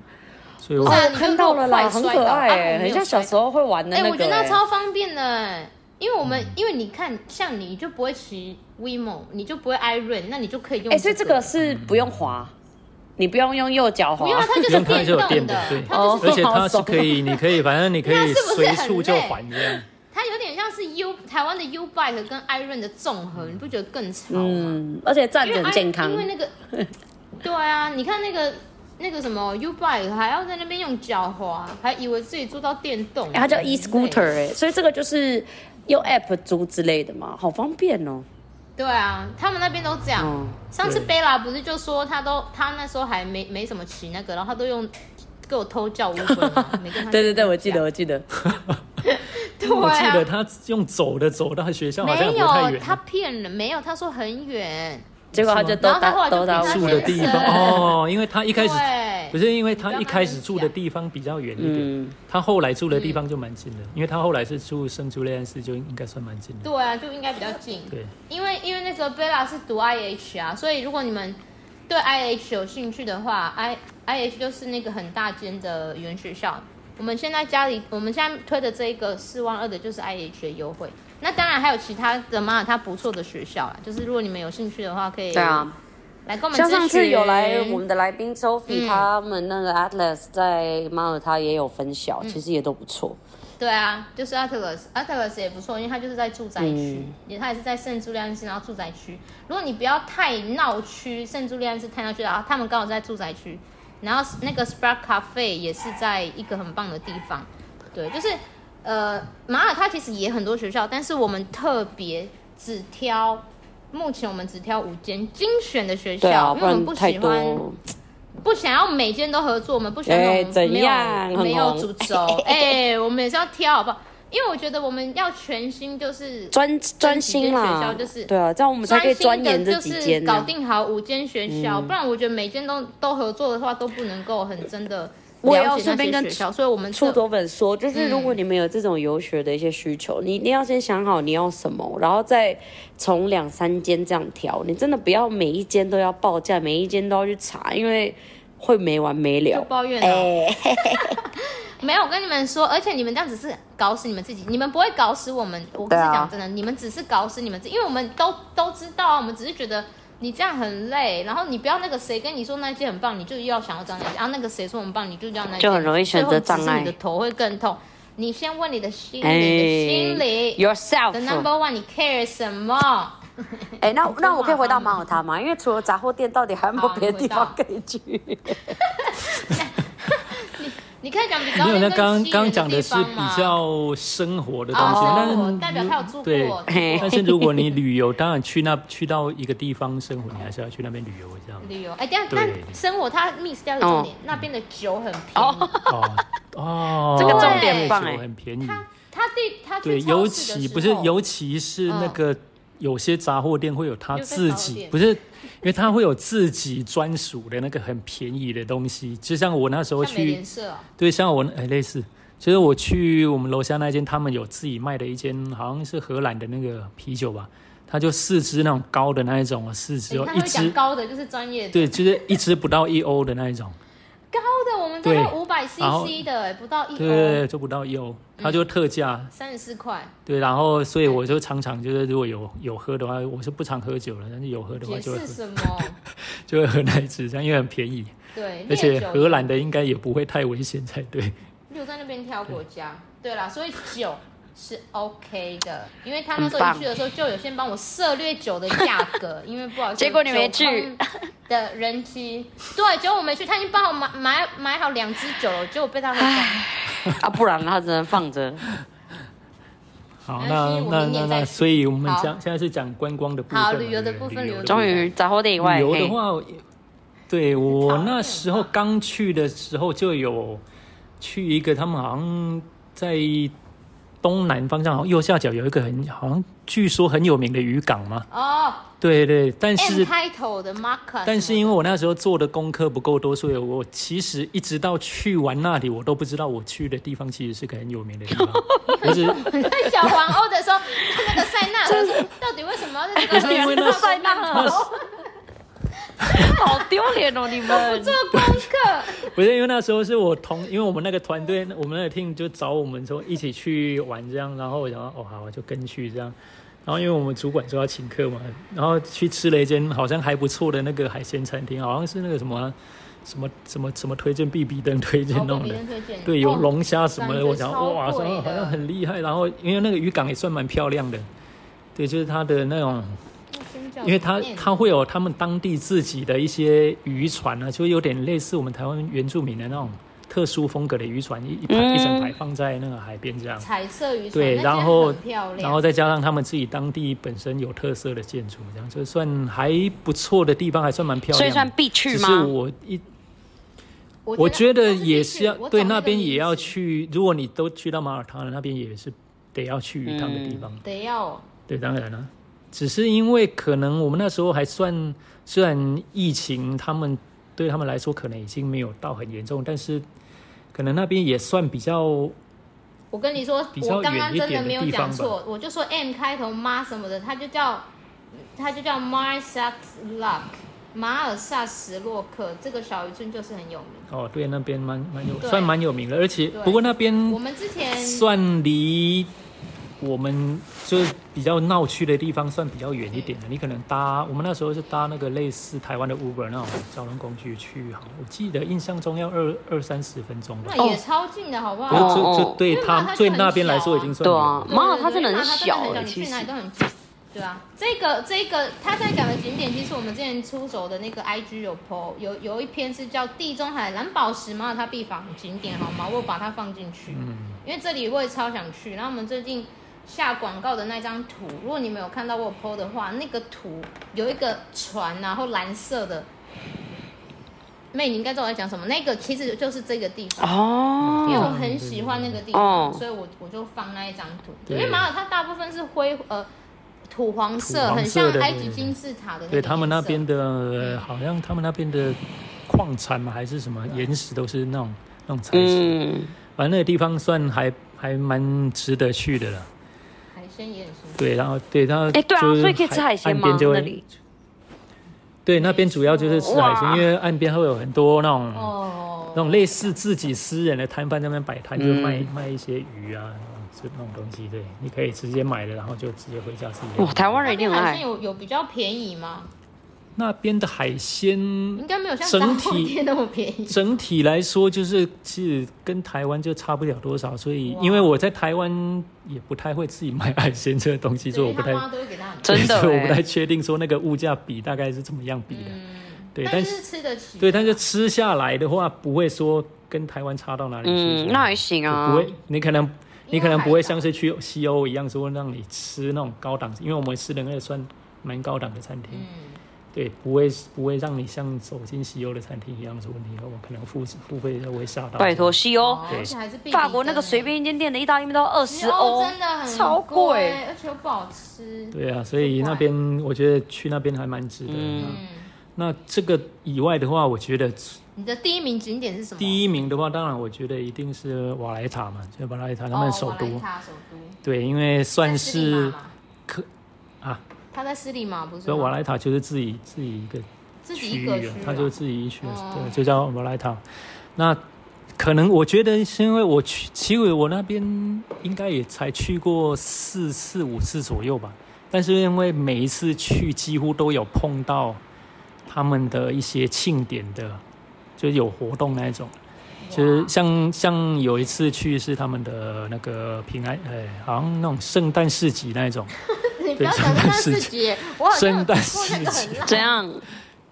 Speaker 3: 所以我
Speaker 2: 不是啊
Speaker 1: 哦看到了啦，
Speaker 2: 你就
Speaker 1: 很
Speaker 2: 给我快
Speaker 1: 可爱
Speaker 2: 摔倒啊我
Speaker 1: 哎、
Speaker 2: 没
Speaker 1: 很
Speaker 2: 有
Speaker 1: 像小时候会玩的
Speaker 2: 哎、
Speaker 1: 那个、嗯
Speaker 2: 我觉得那
Speaker 1: 哎
Speaker 2: 超方便的、哎因为我们、因为你看，像你就不会骑 WeMo，你就不会 Iron，那你就可以用、
Speaker 1: 哎、所以这个是不用滑，你不用用右脚滑
Speaker 2: 不。用啊它就
Speaker 3: 不
Speaker 2: 是
Speaker 3: 用它
Speaker 2: 电
Speaker 3: 就有
Speaker 2: 动
Speaker 3: 电的，对，
Speaker 2: 它就是
Speaker 1: 哦
Speaker 3: 而且它是
Speaker 1: 爽
Speaker 3: 可以，你可以，反正你
Speaker 2: *laughs*
Speaker 3: 可
Speaker 2: 那
Speaker 3: 以
Speaker 2: 是不是
Speaker 3: 随
Speaker 2: 很
Speaker 3: 处就
Speaker 2: 累
Speaker 3: 还这样。
Speaker 2: 它有点像是 U 台湾的 U Bike 跟 Iron 的综合，你不觉得更吵吗？
Speaker 1: 嗯，而且站
Speaker 2: 因
Speaker 1: 着
Speaker 2: 为哎
Speaker 1: 很健康
Speaker 2: 因。为那个
Speaker 1: *laughs*
Speaker 2: 对啊，你看那个那个什么 U Bike 还要在那边用脚滑，还以为自己做到电动，
Speaker 1: 哎它叫
Speaker 2: 很累
Speaker 1: e scooter 哎、所以这个就是用 app 租之类的嘛，好方便哦。
Speaker 2: 对啊，他们那边都这样。
Speaker 1: 嗯
Speaker 2: 上次
Speaker 3: 对
Speaker 2: 贝拉不是就说他都他那时候还没没什么骑那个，然后他都用给我偷叫 Uber，嘛没
Speaker 1: *laughs*
Speaker 2: 跟
Speaker 1: 嗯
Speaker 2: 他
Speaker 1: 对对对，我记得
Speaker 2: 讲
Speaker 1: 我记得，
Speaker 2: 对
Speaker 3: 我记得
Speaker 2: 啊，
Speaker 3: 他用走的走到学校好像也
Speaker 2: 没
Speaker 3: 不太
Speaker 2: 有啊
Speaker 3: 远，啊
Speaker 2: 他骗人，没有他说很远，
Speaker 1: 结果他就都
Speaker 2: 然后他后
Speaker 1: 打
Speaker 2: 来就
Speaker 1: 都打
Speaker 2: 变
Speaker 1: 我
Speaker 2: 成
Speaker 3: 住的地方哦，因为他一开始
Speaker 2: 对
Speaker 3: 不是因为他一开始住的地方比较远一点，
Speaker 1: 嗯，
Speaker 3: 他后来住的地方就蛮近的，因为他后来是住圣朱利安市，就应该算蛮近的。
Speaker 2: 对啊，就应该比较近。
Speaker 3: 对，
Speaker 2: 因为因为那个 Bella 是读 IH 啊，所以如果你们对 IH 有兴趣的话，I IH 就是那个很大间的语言学校。我们现在家里，我们现在推的这一个四万二的，就是 IH 的优惠。那当然还有其他的嘛，它不错的学校啦，就是如果你们有兴趣的话，可以
Speaker 1: 对啊。
Speaker 2: 来跟我们
Speaker 1: 像上次有来
Speaker 2: 咨询
Speaker 1: 我们的来宾 Sophie，、
Speaker 2: 嗯
Speaker 1: 他们那个 Atlas 在马耳他也有分校，
Speaker 2: 嗯
Speaker 1: 其实也都不错。
Speaker 2: 对啊，就是 Atlas，Atlas 也不错，因为它就是在住宅区，
Speaker 1: 嗯
Speaker 2: 也、它也是在圣朱利安市，然后住宅区。如果你不要太闹区，圣朱利安市太闹区，然后他们刚好在住宅区，然后那个 Spark Cafe 也是在一个很棒的地方。对，就是呃，马耳他其实也很多学校，但是我们特别只挑，目前我们只挑五间精选的学校，
Speaker 1: 对啊，
Speaker 2: 因
Speaker 1: 不
Speaker 2: 为我们
Speaker 1: 然
Speaker 2: 不
Speaker 1: 太
Speaker 2: 喜欢
Speaker 1: 多。
Speaker 2: 不想要每间都合作，我们不想要那
Speaker 1: 哎
Speaker 2: 种
Speaker 1: 怎
Speaker 2: 没有、
Speaker 1: 样很
Speaker 2: 没有
Speaker 1: 红
Speaker 2: 主
Speaker 1: *laughs*
Speaker 2: 轴。哎、我们也是要挑好不好？因为我觉得我们要全心就是
Speaker 1: 专专心
Speaker 2: 专心学
Speaker 1: 啦
Speaker 2: 校就是，
Speaker 1: 对啊，这样我们才可以钻研这
Speaker 2: 专
Speaker 1: 几
Speaker 2: 心的就是
Speaker 1: 间啊
Speaker 2: 搞
Speaker 1: 呢。嗯
Speaker 2: 定好五间学校，不然我觉得每间都都合作的话都不能够很真的
Speaker 1: 我也
Speaker 2: 了
Speaker 1: 要
Speaker 2: 解
Speaker 1: 顺
Speaker 2: 那
Speaker 1: 便
Speaker 2: 些
Speaker 1: 跟
Speaker 2: 学校，所以我们
Speaker 1: 出
Speaker 2: 这嗯
Speaker 1: 多本说，就是如果你们有这种游学的一些需求，你一定要先想好你要什么，然后再从两三间这样挑。你真的不要每一间都要报价，每一间都要去查，因为会没完没
Speaker 2: 就
Speaker 1: 了。
Speaker 2: 抱怨了。
Speaker 1: 哎、
Speaker 2: 没有，我跟你们说，而且你们这样只是搞死你们自己，你们不会搞死我们。我跟
Speaker 1: 对
Speaker 2: 你
Speaker 1: 啊
Speaker 2: 讲真的，你们只是搞死你们自己，因为我们都都知道啊，我们只是觉得你这样很累，然后你不要那个谁跟你说那一件很棒，你就要想要这样那一件，啊那个谁说很棒，你就要那一件，
Speaker 1: 就很容易选择障碍
Speaker 2: 最后只是你的头会更痛。你先问你的心理，
Speaker 1: 哎
Speaker 2: 你的心理
Speaker 1: yourself
Speaker 2: ，the number one，你 care 什么？
Speaker 1: 哎、那那我可以回到马耳他吗？因为除了杂货店，到底还有没有
Speaker 2: 好
Speaker 1: 别的
Speaker 2: 你回
Speaker 1: 地
Speaker 2: 到
Speaker 1: 方可以去？
Speaker 2: 你可以讲比较
Speaker 3: 没有，那
Speaker 2: 那
Speaker 3: 刚
Speaker 2: 吸引人
Speaker 3: 刚讲
Speaker 2: 的
Speaker 3: 的
Speaker 2: 地
Speaker 3: 是
Speaker 2: 方
Speaker 3: 比
Speaker 2: 嘛
Speaker 3: 较生活的东西，
Speaker 2: 哦
Speaker 3: 但是
Speaker 2: 代表他有住
Speaker 1: *laughs*
Speaker 2: 过
Speaker 3: 对
Speaker 2: 住过
Speaker 3: 但是如果你旅游，当然去那去到一个地方生活，你还是要去那边旅游一
Speaker 1: *laughs*
Speaker 3: 下。
Speaker 2: 旅游。哎，但
Speaker 3: 对
Speaker 2: 但生活它 miss 掉一个重点，那边的酒很便宜。
Speaker 3: 哦哦，
Speaker 1: 这个
Speaker 2: 重点很
Speaker 3: 对
Speaker 1: 棒哎
Speaker 3: 很便宜。
Speaker 2: 他他第他去
Speaker 3: 对，
Speaker 2: 超
Speaker 3: 尤
Speaker 2: 市的
Speaker 3: 其
Speaker 2: 时
Speaker 3: 不是
Speaker 2: 候
Speaker 3: 尤其是那个有些杂货店会有他
Speaker 2: 有些
Speaker 3: 自
Speaker 2: 杂货
Speaker 3: 己，
Speaker 2: 店
Speaker 3: 不是因为他会有自己专属的那个很便宜的东西，就像我那时候
Speaker 2: 像美
Speaker 3: 去
Speaker 2: 联社哦、
Speaker 3: 对，像我哎类似，就是我去我们楼下那间，他们有自己卖的一间，好像是荷兰的那个啤酒吧，它就四支那种高的那一种，四支
Speaker 2: 你
Speaker 3: 哦
Speaker 2: 看，
Speaker 3: 一
Speaker 2: 会讲
Speaker 3: 支
Speaker 2: 高的就是专业的，
Speaker 3: *laughs* 对，就是一支不到一欧的那一种，
Speaker 2: 高的我们这个
Speaker 3: 对
Speaker 2: 五百
Speaker 3: 然后
Speaker 2: CC 的哎不到一欧，嗯
Speaker 3: 对，就不到一欧，它就特价。
Speaker 2: 三十四块，
Speaker 3: 对，然后所以我就常常就是如果有有喝的话，我是不常喝酒了，但是有喝的话
Speaker 2: 解
Speaker 3: 就会喝
Speaker 2: 释什么？
Speaker 3: 就会喝那一支，这样因为很便宜，
Speaker 2: 对，
Speaker 3: *laughs* 而且
Speaker 2: 烈酒
Speaker 3: 荷兰的应该也不会太危险才对。
Speaker 2: 有在那边挑国家，对啦，所以酒是 OK 的，因为他那
Speaker 1: 很
Speaker 2: 时候一
Speaker 1: 棒
Speaker 2: 去的时候就有先帮我涉略酒的价
Speaker 3: *laughs*
Speaker 2: 格，因为不好意思，
Speaker 1: 结果你没
Speaker 2: 酒空的人机，对，结果我没去，他已经帮我买买买好两支酒了，结果被他喝光。
Speaker 1: *laughs* 啊，不然他只能放 *laughs* 着。
Speaker 3: 好，
Speaker 2: 没
Speaker 3: 那
Speaker 2: 关系我明
Speaker 3: 那那
Speaker 2: 年
Speaker 3: 那，
Speaker 2: 再去
Speaker 3: 所以我们
Speaker 2: 好
Speaker 3: 讲现在是讲观光的部分嘛，
Speaker 2: 好旅游的
Speaker 3: 对
Speaker 2: 部分
Speaker 3: 不对
Speaker 2: 旅
Speaker 3: 旅
Speaker 2: 游的
Speaker 3: 游
Speaker 2: 部分
Speaker 3: 的
Speaker 1: 终于杂货店以外，
Speaker 3: 旅游
Speaker 1: 嘿
Speaker 3: 的话，对我
Speaker 2: 讨厌
Speaker 3: 那时候
Speaker 2: 吧
Speaker 3: 刚去的时候就有去一个，他们好像在东南方向，好像右下角有一个很好像据说很有名的渔港嘛。
Speaker 2: 哦
Speaker 3: 对对，但
Speaker 1: 哎
Speaker 2: ，M
Speaker 3: 是
Speaker 2: 开头的啊 Marcus，
Speaker 3: 但是因
Speaker 2: 为
Speaker 3: 为我那时候做的功课不够多，所以我其实一直到去完那里，我都不知道我去的地方其实是个很有名的地
Speaker 1: *laughs*
Speaker 3: 方。我只
Speaker 2: 在小黄欧的时候，那个塞纳河说到底为什么要在这个
Speaker 3: 不是因为那
Speaker 2: 塞纳河
Speaker 1: *laughs* 好丢脸哦，你
Speaker 3: *laughs*
Speaker 1: 们
Speaker 2: 做功课？
Speaker 3: 不是因为那时候是我同，因为我们那个团队，我们那个 team 就找我们说一起去玩这样，然后我想说哦好啊，就跟去这样。然后因为我们主管说要请客嘛，然后去吃了一间好像还不错的那个海鲜餐厅，好像是那个什么啊什么什么什么推荐必比登推荐弄
Speaker 2: 哦
Speaker 3: 的
Speaker 2: 别人。推荐
Speaker 3: 对，有
Speaker 2: 哦
Speaker 3: 龙虾什么
Speaker 2: 感
Speaker 3: 的，
Speaker 2: 觉
Speaker 3: 我想
Speaker 2: 超
Speaker 3: 哇，
Speaker 2: 贵
Speaker 3: 什么好
Speaker 2: 的
Speaker 3: 像很厉害。然后因为那个渔港也算蛮漂亮的，对，就是它的那种，因为它它会有他们当地自己的一些渔船啊，就有点类似我们台湾原住民的那种特殊风格的渔船，一一排、一整排放在那个海边这样。
Speaker 2: 彩色渔船，
Speaker 3: 对，
Speaker 2: 那
Speaker 3: 然
Speaker 2: 真的
Speaker 3: 后
Speaker 2: 很漂亮，
Speaker 3: 然后再加上他们自己当地本身有特色的建筑，这样就算还不错的地方，还算蛮漂亮的。
Speaker 1: 所以算必去
Speaker 3: 只
Speaker 1: 吗
Speaker 3: 是我一我觉得也是要
Speaker 2: 我
Speaker 3: 对
Speaker 2: 找个
Speaker 3: 那边也要
Speaker 2: 名字，
Speaker 3: 去，如果你都去到马耳他了，那边也是得要去一趟的地方。
Speaker 2: 得要哦
Speaker 3: 对，当然了，只是因为可能我们那时候还算，虽然疫情他们对他们来说可能已经没有到很严重，但是可能那边也算比较
Speaker 2: 我跟你说
Speaker 3: 比，较
Speaker 2: 我刚刚真没有讲
Speaker 3: 远一点的地
Speaker 2: 错，我就说 M 开头妈什么的，它就叫它就叫 Mar s a s l o c k 马尔萨斯洛克这个小渔村就是很有名。
Speaker 3: 哦，对，那边蛮蛮有
Speaker 2: 对
Speaker 3: 算蛮有名的，而且
Speaker 2: 对
Speaker 3: 不过那边
Speaker 2: 我们之前
Speaker 3: 嗯算离我们就是比较闹区的地方算比较远一点的。你可能搭我们那时候是搭那个类似台湾的 Uber 那种交通工具去，好，我记得印象中要二二三十分钟吧。
Speaker 2: 那也超近的好不
Speaker 3: 不是
Speaker 1: 哦
Speaker 2: 好？
Speaker 3: 就就对
Speaker 2: 因为马
Speaker 3: 他
Speaker 2: 它
Speaker 3: 对
Speaker 2: 就很
Speaker 3: 那边来说已
Speaker 2: 小啊
Speaker 3: 经算
Speaker 1: 对
Speaker 3: 远
Speaker 1: 啊
Speaker 3: 了，，
Speaker 1: 马尔
Speaker 2: 对
Speaker 1: 他真的很小
Speaker 2: 对对对马
Speaker 1: 哎，
Speaker 2: 尔他真的很你
Speaker 1: 其
Speaker 2: 去
Speaker 1: 实
Speaker 2: 哪里都很近。对啊，这个这个他在讲的景点，其实我们之前出走的那个 IG 有 po 有有一篇是叫地中海蓝宝石马尔他必访景点，好吗？我有把它放进去，因为这里我也超想去。然后我们最近下广告的那张图，如果你没有看到我有 po 的话，那个图有一个船啊然后蓝色的。妹，你应该知道我在讲什么。那个其实就是这个地方，
Speaker 1: 哦，
Speaker 3: 嗯
Speaker 2: 因为我很喜欢那个地
Speaker 1: 哦
Speaker 2: 方，所以我我就放那一张图。因
Speaker 3: 对
Speaker 2: 为马耳它大部分是灰呃土黄
Speaker 3: 土
Speaker 2: 色，
Speaker 3: 黄
Speaker 2: 很
Speaker 3: 色
Speaker 2: 像
Speaker 3: 的
Speaker 2: 埃及金字塔的那个
Speaker 3: 对他们那
Speaker 2: 颜色
Speaker 3: 边的好像他们那边的矿产嘛还是什么岩石都是那种那种材质，
Speaker 1: 啊嗯，
Speaker 3: 反正那个地方算还还蛮值得去的了。
Speaker 2: 海鲜也很新鲜。
Speaker 3: 对，然后对，然后
Speaker 1: 哎对啊
Speaker 3: 就是
Speaker 1: 所以可以吃海鲜
Speaker 3: 岸
Speaker 1: 吗
Speaker 3: 边就会
Speaker 1: 那里
Speaker 3: 对，那边主要就是吃海鲜，
Speaker 1: 哇
Speaker 3: 因为岸边会有很多那种、那
Speaker 2: 哦，
Speaker 3: 种类似自己私人的摊贩在那边摆摊，就
Speaker 1: 嗯
Speaker 3: 卖、卖一些鱼啊，这那种东西。对，你可以直接买了，然后就直接回家自己。
Speaker 1: 哇，台湾人一定很
Speaker 2: 海
Speaker 1: 爱，
Speaker 2: 鲜有有比较便宜吗？
Speaker 3: 那边的海鲜
Speaker 2: 应该没有像
Speaker 3: 整
Speaker 2: 杂货
Speaker 3: 体
Speaker 2: 店那么便
Speaker 3: *laughs*
Speaker 2: 宜。
Speaker 3: 整体来说，就是其实跟台湾就差不了多少，所以
Speaker 2: 哇
Speaker 3: 因为我在台湾也不太会自己买海鲜这个东西，所以
Speaker 2: 对，
Speaker 3: 我
Speaker 2: 因为
Speaker 3: 不
Speaker 2: 他
Speaker 3: *laughs* 太
Speaker 2: 妈都会给他很多。
Speaker 3: *laughs*
Speaker 1: 真的
Speaker 3: 所以我不
Speaker 1: 哎嗯
Speaker 3: 太确定说那个物价比大概是怎么样比的。对，但
Speaker 2: 但
Speaker 3: 是
Speaker 2: 是吃得起。
Speaker 3: 对，但是吃下来的话，不会说跟台湾差到哪里去。
Speaker 1: 嗯，那还行啊，
Speaker 3: 不会，你可能
Speaker 2: 因为
Speaker 3: 你可能不会
Speaker 2: 海岛
Speaker 3: 像是去西欧一样说让你吃那种高档，因为我们吃的那个算蛮高档的餐厅，
Speaker 2: 嗯，
Speaker 3: 对，不会不会让你像走进西欧的餐厅一样说你我可能付付费都会吓到。
Speaker 1: 拜托，西欧、
Speaker 2: 哦
Speaker 3: 对
Speaker 2: 而且还是必比
Speaker 1: 法国那
Speaker 2: 登
Speaker 1: 个
Speaker 2: 欸
Speaker 1: 随便一间店的意大利面都二十
Speaker 2: 十欧
Speaker 1: 欧，
Speaker 2: 哦真的很
Speaker 1: 超贵
Speaker 2: 贵，而且又不好吃。
Speaker 3: 对啊，所以那边我觉得去那边还蛮值得的。
Speaker 1: 嗯
Speaker 2: 嗯，
Speaker 3: 那这个以外的话，我觉得
Speaker 2: 你的第一名景点是什么？
Speaker 3: 第一名的话，当然我觉得一定是瓦莱塔嘛，就瓦莱塔
Speaker 2: 哦
Speaker 3: 他们首都。
Speaker 2: 瓦莱塔首都
Speaker 3: 对，因为算
Speaker 2: 在斯里马
Speaker 3: 是
Speaker 2: 嘛
Speaker 3: 可啊，
Speaker 2: 他在斯里马不是
Speaker 3: 所以
Speaker 2: 吗
Speaker 3: 瓦莱塔就是自己自己一个
Speaker 2: 自己
Speaker 3: 区
Speaker 2: 一
Speaker 3: 域
Speaker 2: 个
Speaker 3: 啊
Speaker 2: 区，
Speaker 3: 它
Speaker 2: 啊
Speaker 3: 就自己一区，
Speaker 2: 哦
Speaker 3: 对，就叫瓦莱塔。那可能我觉得是因为我去，其实我那边应该也才去过四四五次左右吧，但是因为每一次去几乎都有碰到他们的一些庆典的，就是有活动那一种。就是像像有一次去是他们的那个平安，呃、好像那种圣诞市集那一种，
Speaker 2: *laughs* 你不要讲圣诞市集， *laughs* 我好像有
Speaker 3: 圣诞
Speaker 2: 听过那个很烂
Speaker 1: 怎样？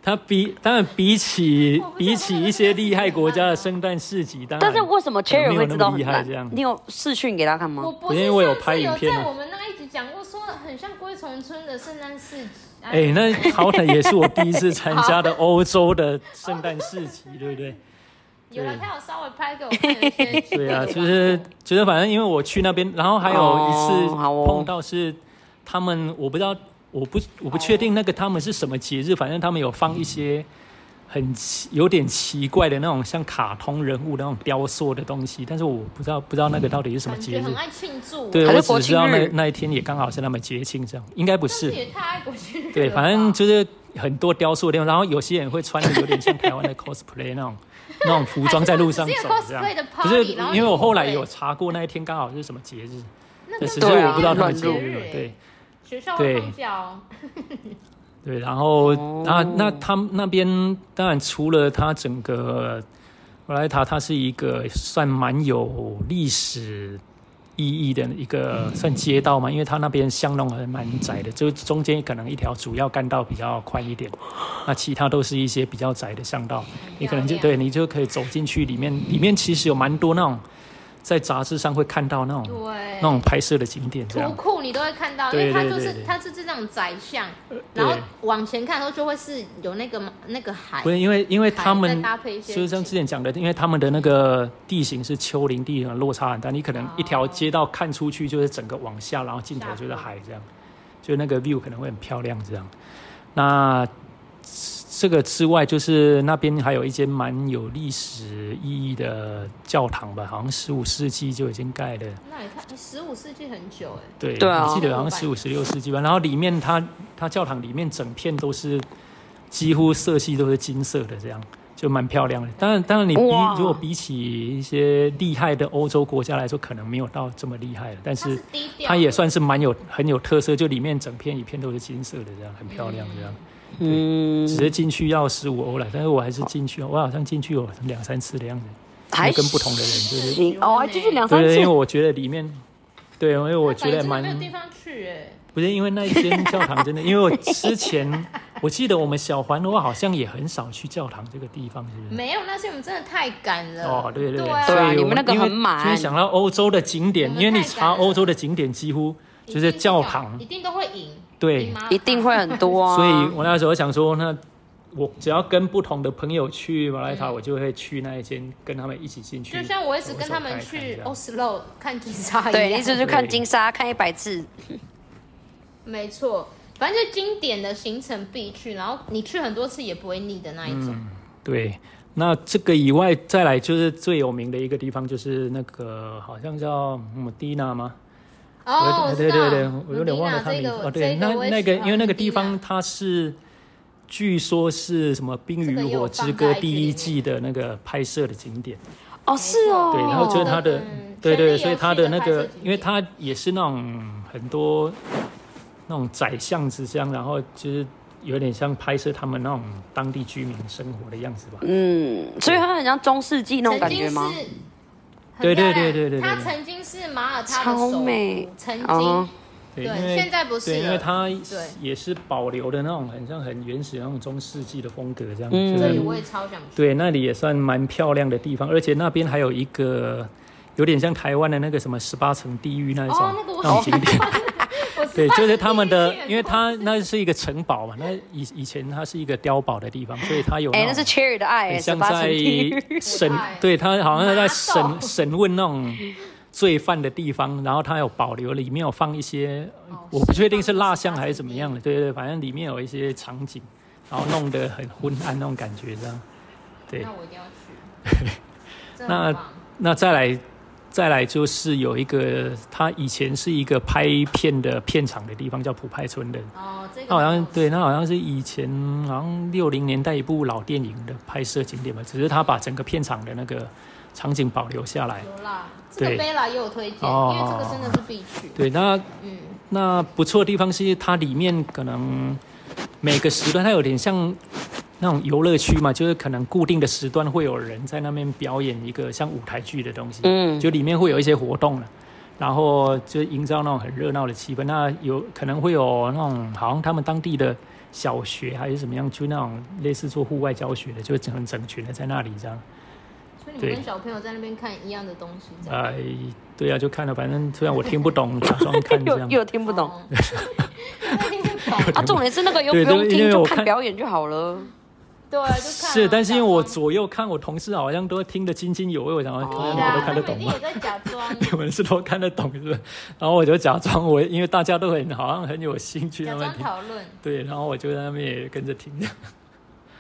Speaker 3: 它比当然比起
Speaker 2: 我不知道
Speaker 3: 比起一些厉害国家的圣诞市集，当然，
Speaker 1: 啊但是为什么 Cherry 会知道很
Speaker 3: 哎没有那么厉害
Speaker 1: 烂
Speaker 3: 这样？
Speaker 1: 你有视讯给他看吗
Speaker 2: 我？不是
Speaker 3: 因为我有拍影片啊
Speaker 2: 上次有在我们那一集讲过，说很像龟虫村的圣诞市集。哎
Speaker 3: 哎、那好歹也是我第一
Speaker 1: *laughs*
Speaker 3: 次参加的欧洲的圣诞市集，对不对？
Speaker 2: 有了，
Speaker 3: 对
Speaker 2: 他有稍微拍给我看一些。
Speaker 3: 对啊，就是就是反正因为我去那边，然后还有一次
Speaker 1: 哦好哦
Speaker 3: 碰到是他们，我不知道，我不我不确定那个他们是什么节日，反正他们有放一些很奇有点奇怪的那种像卡通人物的那种雕塑的东西，但是我不知道不知道那个到底是什么
Speaker 2: 感
Speaker 3: 节
Speaker 2: 觉
Speaker 3: 日
Speaker 2: 很。爱庆祝，啊
Speaker 3: 对，
Speaker 1: 还是
Speaker 3: 我只
Speaker 1: 国
Speaker 3: 知道
Speaker 1: 庆
Speaker 3: 那
Speaker 1: 日
Speaker 3: 那一天也刚好是他们节庆，这样应该不
Speaker 2: 但
Speaker 3: 是
Speaker 2: 是。也太爱国去了。
Speaker 3: 对，反正就是很多雕塑的地方，然后有些人会穿的有点像台湾的 cosplay
Speaker 2: *laughs*
Speaker 3: 那种那种服装在路上走这样
Speaker 2: 还是那种。
Speaker 3: 不
Speaker 2: cosplay 的 party，
Speaker 3: 是，
Speaker 2: 然后
Speaker 3: 因
Speaker 2: 你
Speaker 3: 为我后来
Speaker 2: 误会
Speaker 3: 有查过那一天刚好是什么节日，
Speaker 2: 那
Speaker 3: 但
Speaker 2: 根
Speaker 3: 是
Speaker 2: 本
Speaker 3: 所
Speaker 1: 对
Speaker 3: 以
Speaker 1: 啊
Speaker 3: 我不知道他
Speaker 1: 乱
Speaker 3: 们
Speaker 1: 入
Speaker 3: 节日嘛。对
Speaker 2: 对，学校会放假哦。
Speaker 3: 对，然后
Speaker 1: 哦
Speaker 3: 那那他们那边当然除了它整个瓦莱塔，它是一个算蛮有历史意义的一个算街道嘛，因为它那边巷弄还蛮窄的，就中间可能一条主要干道比较宽一点，那其他都是一些比较窄的巷道，你可能就
Speaker 2: 了解
Speaker 3: 对你就可以走进去里面，里面其实有蛮多那种在杂志上会看到那种那
Speaker 2: 对。
Speaker 3: 种拍摄的景点这
Speaker 2: 图
Speaker 3: 样。
Speaker 2: 库你都会看到，因
Speaker 3: 对
Speaker 2: 为它
Speaker 3: 对
Speaker 2: 就
Speaker 3: 对
Speaker 2: 是
Speaker 3: 对呃
Speaker 2: 它是这种宰相，然后
Speaker 3: 对
Speaker 2: 往前看的时候就会是有那个那个海
Speaker 3: 不，是因为因为
Speaker 2: 海
Speaker 3: 他
Speaker 2: 再
Speaker 3: 们
Speaker 2: 搭配一些
Speaker 3: 就是像之前讲的，因为他们的那个地形是丘陵地形，落差很大，你可能一条街道看出去就是整个往下，然后尽头就是海这样，就那个 view 可能会很漂亮这样。那这个之外，就是那边还有一间蛮有历史意义的教堂吧，好像十五世纪就已经盖的。
Speaker 2: 那你看，十五世纪很久哎、
Speaker 3: 对，
Speaker 1: 对啊
Speaker 3: 我记得好像十五、十六世纪吧。然后里面它它教堂里面整片都是几乎色系都是金色的，这样就蛮漂亮的。当然，当然你比
Speaker 1: 哇
Speaker 3: 如果比起一些厉害的欧洲国家来说，可能没有到这么厉害了，但
Speaker 2: 它是
Speaker 3: 是
Speaker 2: 低调，
Speaker 3: 它也算是蛮有很有特色，就里面整片一片都是金色的，这样很漂亮这样。
Speaker 1: 嗯，
Speaker 3: 只是进去要十五欧了，但是我还是进去，我好像进去有两三次的样子，
Speaker 1: 还
Speaker 3: 跟不同的人就是
Speaker 1: 行哦，还进去两三
Speaker 3: 对，因为
Speaker 1: 次，
Speaker 3: 我觉得里面，对，因为我
Speaker 2: 那
Speaker 3: 觉
Speaker 2: 反正真的
Speaker 3: 得蛮
Speaker 2: 没有地方去哎、
Speaker 3: 不是因为那一间教堂真的，因为我之前 *laughs* 我记得我们小环我好像也很少去教堂这个地方，是不是？
Speaker 2: 没有那些我们真的太赶了。
Speaker 3: 嗯哦，对
Speaker 2: 嗯对嗯
Speaker 3: 对，
Speaker 1: 对啊
Speaker 3: 所以
Speaker 1: 你
Speaker 3: 我
Speaker 1: 们那个
Speaker 3: 因为
Speaker 1: 很满
Speaker 3: 因为想到欧洲的景点
Speaker 2: 我，们
Speaker 3: 因为你
Speaker 2: 太赶
Speaker 3: 查
Speaker 2: 了
Speaker 3: 欧洲的景点几乎就是教堂
Speaker 2: 一，定都会赢，
Speaker 3: 对，
Speaker 1: 一定会很多
Speaker 2: 哦
Speaker 1: 啊。
Speaker 3: 所以我那时候想说，那我只要跟不同的朋友去马来塔，我就会去那一间，跟他们一起进去。
Speaker 2: 就像我一直跟他
Speaker 3: 走
Speaker 2: 们
Speaker 3: 走看一
Speaker 2: 去
Speaker 3: 看这样
Speaker 2: Oslo 看金沙一样，
Speaker 1: 对，一直去看
Speaker 3: 对
Speaker 1: 金沙，看一百次。
Speaker 2: 没错，反正就经典的行程必去，然后你去很多次也不会腻的那一
Speaker 3: 嗯
Speaker 2: 种。
Speaker 3: 对，那这个以外，再来就是最有名的一个地方，就是那个好像叫姆蒂娜吗？
Speaker 2: 哦，
Speaker 3: 我
Speaker 2: 我
Speaker 3: 对
Speaker 2: 知道
Speaker 3: 对对，我有点忘了他名字。
Speaker 2: Medina 这个
Speaker 3: 哦，对，那
Speaker 2: 这我也
Speaker 3: 那个
Speaker 2: 喜欢
Speaker 3: 因为那个地
Speaker 2: Medina
Speaker 3: 方它是，据说是什么《冰
Speaker 2: 这个
Speaker 3: 与
Speaker 2: 也有
Speaker 3: 火之
Speaker 2: 放
Speaker 3: 歌
Speaker 2: 在》这
Speaker 3: 第
Speaker 2: 里
Speaker 3: 一
Speaker 2: 面
Speaker 3: 季的那个拍摄的景点。
Speaker 1: 哦，是哦。
Speaker 3: 对，然后就是它的，
Speaker 2: 嗯权
Speaker 3: 对
Speaker 2: 力
Speaker 3: 对，
Speaker 2: 游
Speaker 3: 所以
Speaker 2: 戏
Speaker 3: 它
Speaker 2: 的
Speaker 3: 那
Speaker 2: 拍摄
Speaker 3: 个
Speaker 2: 景，
Speaker 3: 因为
Speaker 2: 点
Speaker 3: 它也是那种很多那种宰相之乡，然后就是有点像拍摄他们那种当地居民生活的样子吧。
Speaker 1: 嗯，所以它很像中世纪那种
Speaker 2: 曾
Speaker 1: 感
Speaker 2: 经
Speaker 1: 觉
Speaker 2: 是
Speaker 1: 吗？
Speaker 2: 很
Speaker 3: 对对
Speaker 2: 漂亮
Speaker 3: 对对对对
Speaker 2: 它
Speaker 3: 对
Speaker 2: 曾经是马耳他的
Speaker 1: 超
Speaker 2: 首都
Speaker 1: 美
Speaker 2: 曾
Speaker 1: 哦
Speaker 2: 经
Speaker 3: 对，
Speaker 2: 对
Speaker 3: 因为
Speaker 2: 现在不是
Speaker 3: 对，因为
Speaker 2: 了
Speaker 3: 它
Speaker 2: 对
Speaker 3: 也是保留的那种很像很原始的那种中世纪的风格这样。
Speaker 1: 嗯
Speaker 3: 就
Speaker 2: 这里
Speaker 3: 是
Speaker 2: 我也超想去。
Speaker 3: 对，那里也算蛮漂亮的地方，而且那边还有一个有点像台湾的那个什么十八层地狱那一种、
Speaker 2: 哦，那个我
Speaker 3: 种景点。
Speaker 2: 我是 *laughs*
Speaker 3: 对，
Speaker 2: 怕
Speaker 3: 就是他们的
Speaker 2: 地狱，
Speaker 3: 因为它那是一个城堡嘛，那以以前它是一个碉堡的地方，所以它有
Speaker 1: 哎、
Speaker 3: 那
Speaker 1: 那是
Speaker 3: 种
Speaker 1: Cherry 的爱、
Speaker 3: 很
Speaker 1: 欸，十
Speaker 3: 像
Speaker 1: 八层
Speaker 3: 在
Speaker 1: 地
Speaker 3: *laughs*
Speaker 1: 狱。
Speaker 3: 审
Speaker 2: 我爱，
Speaker 3: 对他好像在
Speaker 2: 麻
Speaker 3: 审
Speaker 2: 豆
Speaker 3: 审问那种罪犯的地方，然后他有保留里面有放一些
Speaker 2: 哦，
Speaker 3: 我不确定是
Speaker 2: 释放
Speaker 3: 蜡
Speaker 2: 的
Speaker 3: 像还是
Speaker 2: 场
Speaker 3: 怎么
Speaker 2: 景
Speaker 3: 样的，对对，反正里面有一些场景，然后弄得很昏暗那种感觉这样，对
Speaker 2: 那。我一定要去。真的
Speaker 3: *laughs* 那
Speaker 2: 很棒
Speaker 3: 那再来，再来就是有一个，它以前是一个拍片的片场的地方，叫普派村的。
Speaker 2: 哦，这个
Speaker 3: 它好像对，它好像是以前好像六零年代一部老电影的拍摄景点吧，只是他把整个片场的那个场景保留下来。
Speaker 2: 有啦，这个
Speaker 3: 对
Speaker 2: Bella 也有推荐，
Speaker 3: 哦
Speaker 2: 因为这个真的是必去。
Speaker 3: 对，那
Speaker 2: 嗯，
Speaker 3: 那不错的地方是它里面可能每个时段它有点像那种游乐区嘛，就是可能固定的时段会有人在那边表演一个像舞台剧的东西，
Speaker 1: 嗯
Speaker 3: 就里面会有一些活动了。然后就营造那种很热闹的气氛，那有可能会有那种好像他们当地的小学还是怎么样，就那种类似做户外教学的，就整整群的在那里这样。
Speaker 2: 所以你
Speaker 3: 对
Speaker 2: 们跟小朋友在那边看一样的东西，这样。
Speaker 3: 哎、对啊，就看了，反正虽然我听不懂，假装看这
Speaker 1: 又
Speaker 3: 样。
Speaker 1: 又听不懂、
Speaker 2: 哦。 *laughs* 听不
Speaker 3: *laughs*
Speaker 1: 啊！
Speaker 2: 懂。
Speaker 1: 重点是那个又不
Speaker 3: 对
Speaker 1: 用
Speaker 3: 对因
Speaker 1: 听，
Speaker 3: 为
Speaker 1: 就
Speaker 3: 我
Speaker 1: 看
Speaker 3: 看
Speaker 1: 表演就好了。
Speaker 2: 对，就看啊。
Speaker 3: 是，但是因为我
Speaker 2: 假装
Speaker 3: 左右看，我同事好像都听得津津有味，我想说，
Speaker 1: 哦
Speaker 3: 我
Speaker 2: 对啊
Speaker 3: 都看得
Speaker 2: 他们
Speaker 3: 懂
Speaker 2: 一定
Speaker 3: 吗
Speaker 2: 也？在假装，
Speaker 3: *laughs* 你们是都看得懂是不是？然后我就假装我，因为大家都很好像很有兴趣
Speaker 2: 假
Speaker 3: 那边
Speaker 2: 装
Speaker 3: 听，
Speaker 2: 讨论，
Speaker 3: 对，然后我就在那边也跟着听，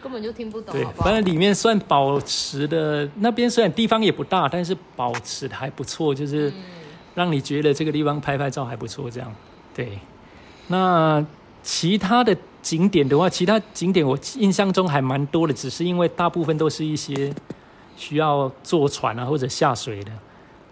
Speaker 2: 根本就听不懂，
Speaker 3: 对
Speaker 2: 好，不好
Speaker 3: 反？正里面算保持的，那边虽然地方也不大，但是保持的还不错，
Speaker 2: 嗯
Speaker 3: 就是让你觉得这个地方拍拍照还不错，这样，对。那其他的景点的话，其他景点我印象中还蛮多的，只是因为大部分都是一些需要坐船啊或者下水的。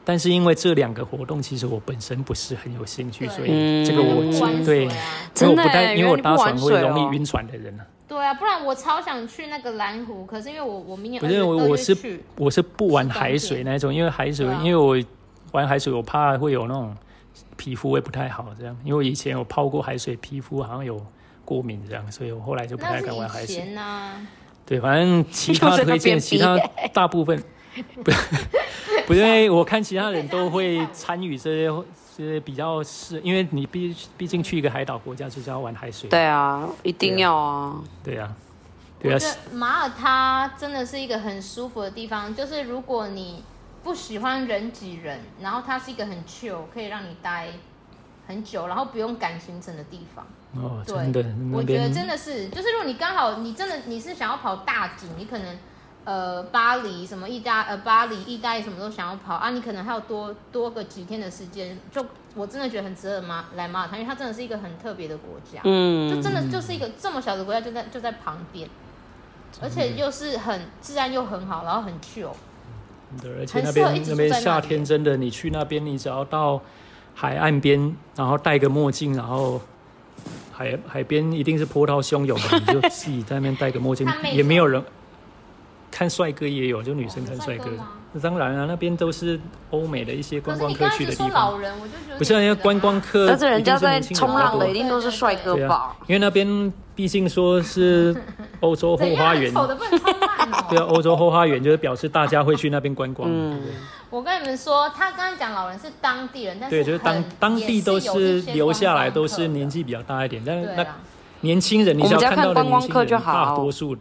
Speaker 3: 但是因为这两个活动，其实我本身不是很有兴趣，
Speaker 2: 对
Speaker 3: 所以这个我
Speaker 2: 不玩水
Speaker 3: 对，因
Speaker 2: 啊，
Speaker 3: 为
Speaker 1: 真
Speaker 3: 我
Speaker 1: 的
Speaker 3: 不
Speaker 1: 耶
Speaker 3: 太，因为
Speaker 1: 原来
Speaker 3: 我
Speaker 1: 你
Speaker 3: 搭
Speaker 1: 不玩
Speaker 3: 船会
Speaker 1: 水哦
Speaker 3: 容易晕船的人啊。
Speaker 2: 对啊，不然我超想去那个蓝湖，可是因为我我明年
Speaker 3: 不是我
Speaker 2: 22
Speaker 3: 我是
Speaker 2: 去，
Speaker 3: 我是不玩海水那一种，因为海水，
Speaker 2: 对啊
Speaker 3: 因为我玩海水，我怕会有那种皮肤会不太好这样。因为我以前有泡过海水，皮肤好像有过敏这样，所以我后来就不
Speaker 2: 那
Speaker 3: 太
Speaker 2: 是
Speaker 3: 敢玩海
Speaker 2: 以
Speaker 3: 水。
Speaker 2: 前啊呐，
Speaker 3: 对，反正其他推荐，
Speaker 1: 就是
Speaker 3: 其
Speaker 1: 那
Speaker 3: 他
Speaker 1: 边
Speaker 3: 大部
Speaker 2: *laughs*
Speaker 3: 分不不是，因为我看其他人都会参与这些这些比较是，因为你毕毕竟去一个海岛国家就是要玩海水。
Speaker 1: 对啊，一定要啊！
Speaker 3: 对啊，对
Speaker 2: 我
Speaker 3: 啊，
Speaker 2: 觉得马耳他真的是一个很舒服的地方，就是如果你不喜欢人挤人，然后它是一个很 chill，可以让你待很久，然后不用赶行程的地方。
Speaker 3: 哦，
Speaker 2: 对
Speaker 3: 真的，
Speaker 2: 我
Speaker 3: 那
Speaker 2: 觉得
Speaker 3: 边
Speaker 2: 真的是，就是如果你刚好你真的你是想要跑大景，你可能呃巴黎什么意大呃巴黎意大利什么都想要跑啊，你可能还有多多个几天的时间，就我真的觉得很值得马来马耳他，因为它真的是一个很特别的国家，
Speaker 3: 啊
Speaker 2: 就
Speaker 1: 嗯，
Speaker 2: 真的就是一个这么小的国家就在就在旁边，而且又是很治安又很好，然后很 chill。
Speaker 3: 对，而且那
Speaker 2: 很适合一
Speaker 3: 边
Speaker 2: 直
Speaker 3: 那
Speaker 2: 住
Speaker 3: 边
Speaker 2: 在那
Speaker 3: 夏
Speaker 2: 里
Speaker 3: 天真的，你去那边，你只要到海岸边，然后戴个墨镜，然后海海边一定是波涛汹涌的，你就自己在那边戴个墨镜
Speaker 2: 看，妹
Speaker 3: 也
Speaker 2: 子
Speaker 3: 没
Speaker 2: 哦
Speaker 3: 有人看帅哥也有，就女生
Speaker 2: 哦有
Speaker 3: 看
Speaker 2: 帅
Speaker 3: 帅
Speaker 2: 哥
Speaker 3: 哥的
Speaker 2: 吗。
Speaker 3: 那当然啊，那边都是欧美的一些
Speaker 2: 可
Speaker 3: 观
Speaker 2: 是
Speaker 3: 光
Speaker 2: 你
Speaker 3: 客
Speaker 2: 刚刚
Speaker 3: 去
Speaker 2: 就
Speaker 3: 的
Speaker 2: 说
Speaker 3: 地方，
Speaker 2: 老人，我就觉得
Speaker 3: 不是啊因为
Speaker 2: 人
Speaker 3: 观光客，
Speaker 1: 但是人
Speaker 3: 一定
Speaker 1: 家
Speaker 3: 是
Speaker 1: 在
Speaker 3: 年轻人
Speaker 1: 冲
Speaker 3: 比较
Speaker 1: 浪
Speaker 3: 多
Speaker 1: 的一定都是帅哥
Speaker 3: 对啊
Speaker 1: 吧？，
Speaker 3: 因为那边毕竟说是欧洲后
Speaker 2: *laughs* 怎
Speaker 3: 花
Speaker 2: 样啊
Speaker 3: 园，
Speaker 2: 丑的不能冲浪哦。
Speaker 3: *laughs* 对啊，欧洲后花园就是表示大家会去那边观光，
Speaker 1: 嗯
Speaker 3: 对
Speaker 2: 我跟你们说，他刚刚讲老人是当地人，但是
Speaker 3: 对，就是当
Speaker 2: 很
Speaker 3: 当地都
Speaker 2: 也是有
Speaker 3: 是
Speaker 2: 一些
Speaker 3: 留下来
Speaker 2: 观光
Speaker 3: 都
Speaker 2: 客
Speaker 3: 是
Speaker 2: 的
Speaker 3: 年纪比较大一点，但是
Speaker 2: 对
Speaker 3: 那
Speaker 2: 啊，
Speaker 3: 年轻人，你
Speaker 1: 我们
Speaker 3: 只
Speaker 1: 只要
Speaker 3: 要看
Speaker 1: 看
Speaker 3: 到的
Speaker 1: 观
Speaker 3: 年
Speaker 1: 光
Speaker 3: 轻
Speaker 1: 客
Speaker 3: 人，
Speaker 1: 就好
Speaker 3: 大多
Speaker 2: *laughs*
Speaker 3: 数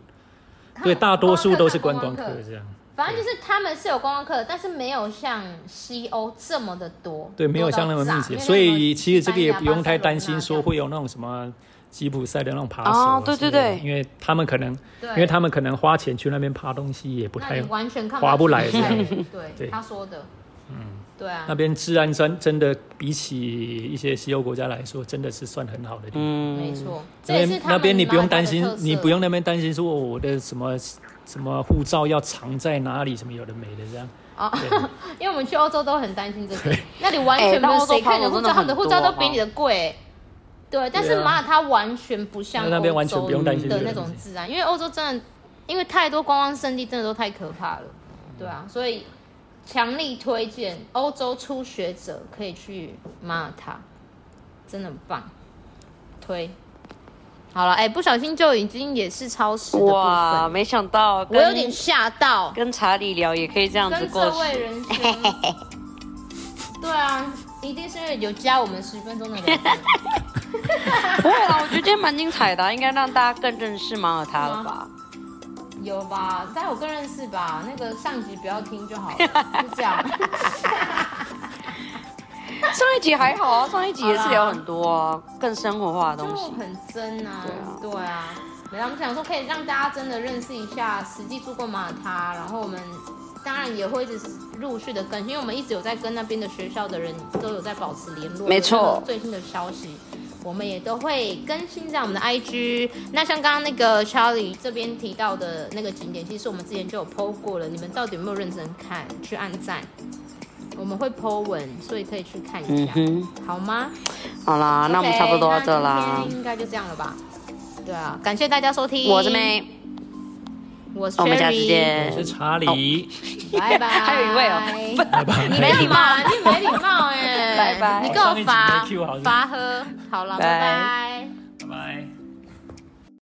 Speaker 2: 他
Speaker 3: 对
Speaker 2: 们
Speaker 3: 大多数都是观
Speaker 2: 观
Speaker 3: 光客
Speaker 2: 客。
Speaker 3: 这样，
Speaker 2: 反正就是他们是有观光客，但是没有像西欧这么的多，
Speaker 3: 对，没有像那
Speaker 2: 多
Speaker 3: 么
Speaker 2: 到
Speaker 3: 密
Speaker 2: 炸
Speaker 3: 集，
Speaker 2: 没有那么
Speaker 3: 所以其实这个也
Speaker 2: 西班
Speaker 3: 不
Speaker 2: 牙
Speaker 3: 用太担心说
Speaker 2: 巴塞罗
Speaker 3: 会有那种什么吉普赛的那种扒手
Speaker 1: 哦
Speaker 3: 啊
Speaker 1: 对
Speaker 3: 之类
Speaker 1: 对
Speaker 3: 的
Speaker 1: 对
Speaker 3: 因为他们可能，
Speaker 2: 那
Speaker 3: 因
Speaker 2: 对
Speaker 3: 为他们可能花钱去那边爬东西也不
Speaker 2: 那
Speaker 3: 太
Speaker 2: 你完全看
Speaker 3: 划不来
Speaker 2: 这
Speaker 3: 这样
Speaker 2: 对，
Speaker 3: 对
Speaker 2: 他说的，嗯，对啊
Speaker 3: 那，边治安真真的比起一些西欧国家来说，真的是算很好的地方。
Speaker 2: 没
Speaker 1: 嗯，
Speaker 2: 错，这
Speaker 3: 那
Speaker 2: 也是
Speaker 3: 边
Speaker 2: 他
Speaker 3: 那
Speaker 2: 们
Speaker 3: 边你不用担
Speaker 2: 马
Speaker 3: 心
Speaker 2: 来西亚的特，色
Speaker 3: 你不用那边担心说哦我的什么什么护照要藏在哪里，什么有的没的这样。
Speaker 2: 哦
Speaker 3: 对，
Speaker 2: 因为我们去欧洲都很担心这个，那里完
Speaker 1: 哎
Speaker 2: 全没
Speaker 1: 那
Speaker 2: 有
Speaker 1: 欧洲
Speaker 2: 谁看你的护
Speaker 1: 朋友真的
Speaker 2: 照，他们的护照
Speaker 1: 很多
Speaker 2: 都比你的贵、对，但
Speaker 3: 对
Speaker 2: 是
Speaker 3: 啊
Speaker 2: 马耳他完全不像
Speaker 3: 那那边完全不用担心
Speaker 2: 的
Speaker 3: 这个
Speaker 2: 那
Speaker 3: 东西
Speaker 2: 种治安，因为欧洲真的，因为太多观光胜地，真的都太可怕了。对啊，所以强力推荐欧洲初学者可以去马耳他，真的很棒，推。好了，哎、不小心就已经也是超时的
Speaker 3: 啊
Speaker 2: 部
Speaker 1: 哇，
Speaker 2: 分，
Speaker 1: 没想到
Speaker 2: 我
Speaker 1: 跟
Speaker 2: 有点吓到。
Speaker 1: 跟查理聊也可以这样子
Speaker 2: 跟
Speaker 1: 过
Speaker 2: 这
Speaker 1: 去。
Speaker 2: 位
Speaker 1: *laughs*
Speaker 2: 仁兄，对啊，一定是因为有加我们十分钟的聊天
Speaker 1: 不会啦，我觉得今天蛮精彩的啊、应该让大家更认识马耳他了吧？
Speaker 2: 有吧？大家有更认识吧？那个上集不要听就好了，就这样。
Speaker 1: *laughs* 上一集还好啊，上一集也是聊很多、啊、更生活化的
Speaker 2: 就
Speaker 1: 东西。
Speaker 2: 很真啊
Speaker 1: 对啊，
Speaker 2: 对啊。没有，我们想说可以让大家真的认识一下实际住过马耳他，然后我们当然也会一直陆续的更新，因为我们一直有在跟那边的学校的人都有在保持联络，
Speaker 1: 没错
Speaker 2: 有任何最新的消息。我们也都会更新在我们的 IG。那像刚刚那个 Charlie 这边提到的那个景点，其实我们之前就有 PO 过了，你们到底有没有认真看？去按赞，我们会 PO 文，所以可以去看一
Speaker 1: 嗯
Speaker 2: 下，
Speaker 1: 哼，
Speaker 2: 好吗？
Speaker 1: 好啦，那我们差不多到这啦
Speaker 2: OK，那。今天应该就这样了吧？对啊，感谢大家收听，
Speaker 1: 我是，妹，
Speaker 2: 我是
Speaker 1: 我们下次
Speaker 2: Cherry，
Speaker 3: 我
Speaker 1: 见。
Speaker 3: 是查理，
Speaker 2: 拜
Speaker 1: *laughs*
Speaker 2: 拜。
Speaker 1: 还有一位哦，不，
Speaker 3: 拜拜。
Speaker 2: 哦你没礼貌，你没礼貌哎，
Speaker 1: *laughs* 拜拜
Speaker 2: 你给我
Speaker 3: 上一集
Speaker 2: 罚
Speaker 3: 没 cue 好是不是
Speaker 2: 罚喝，好了，
Speaker 1: 拜
Speaker 2: 拜拜。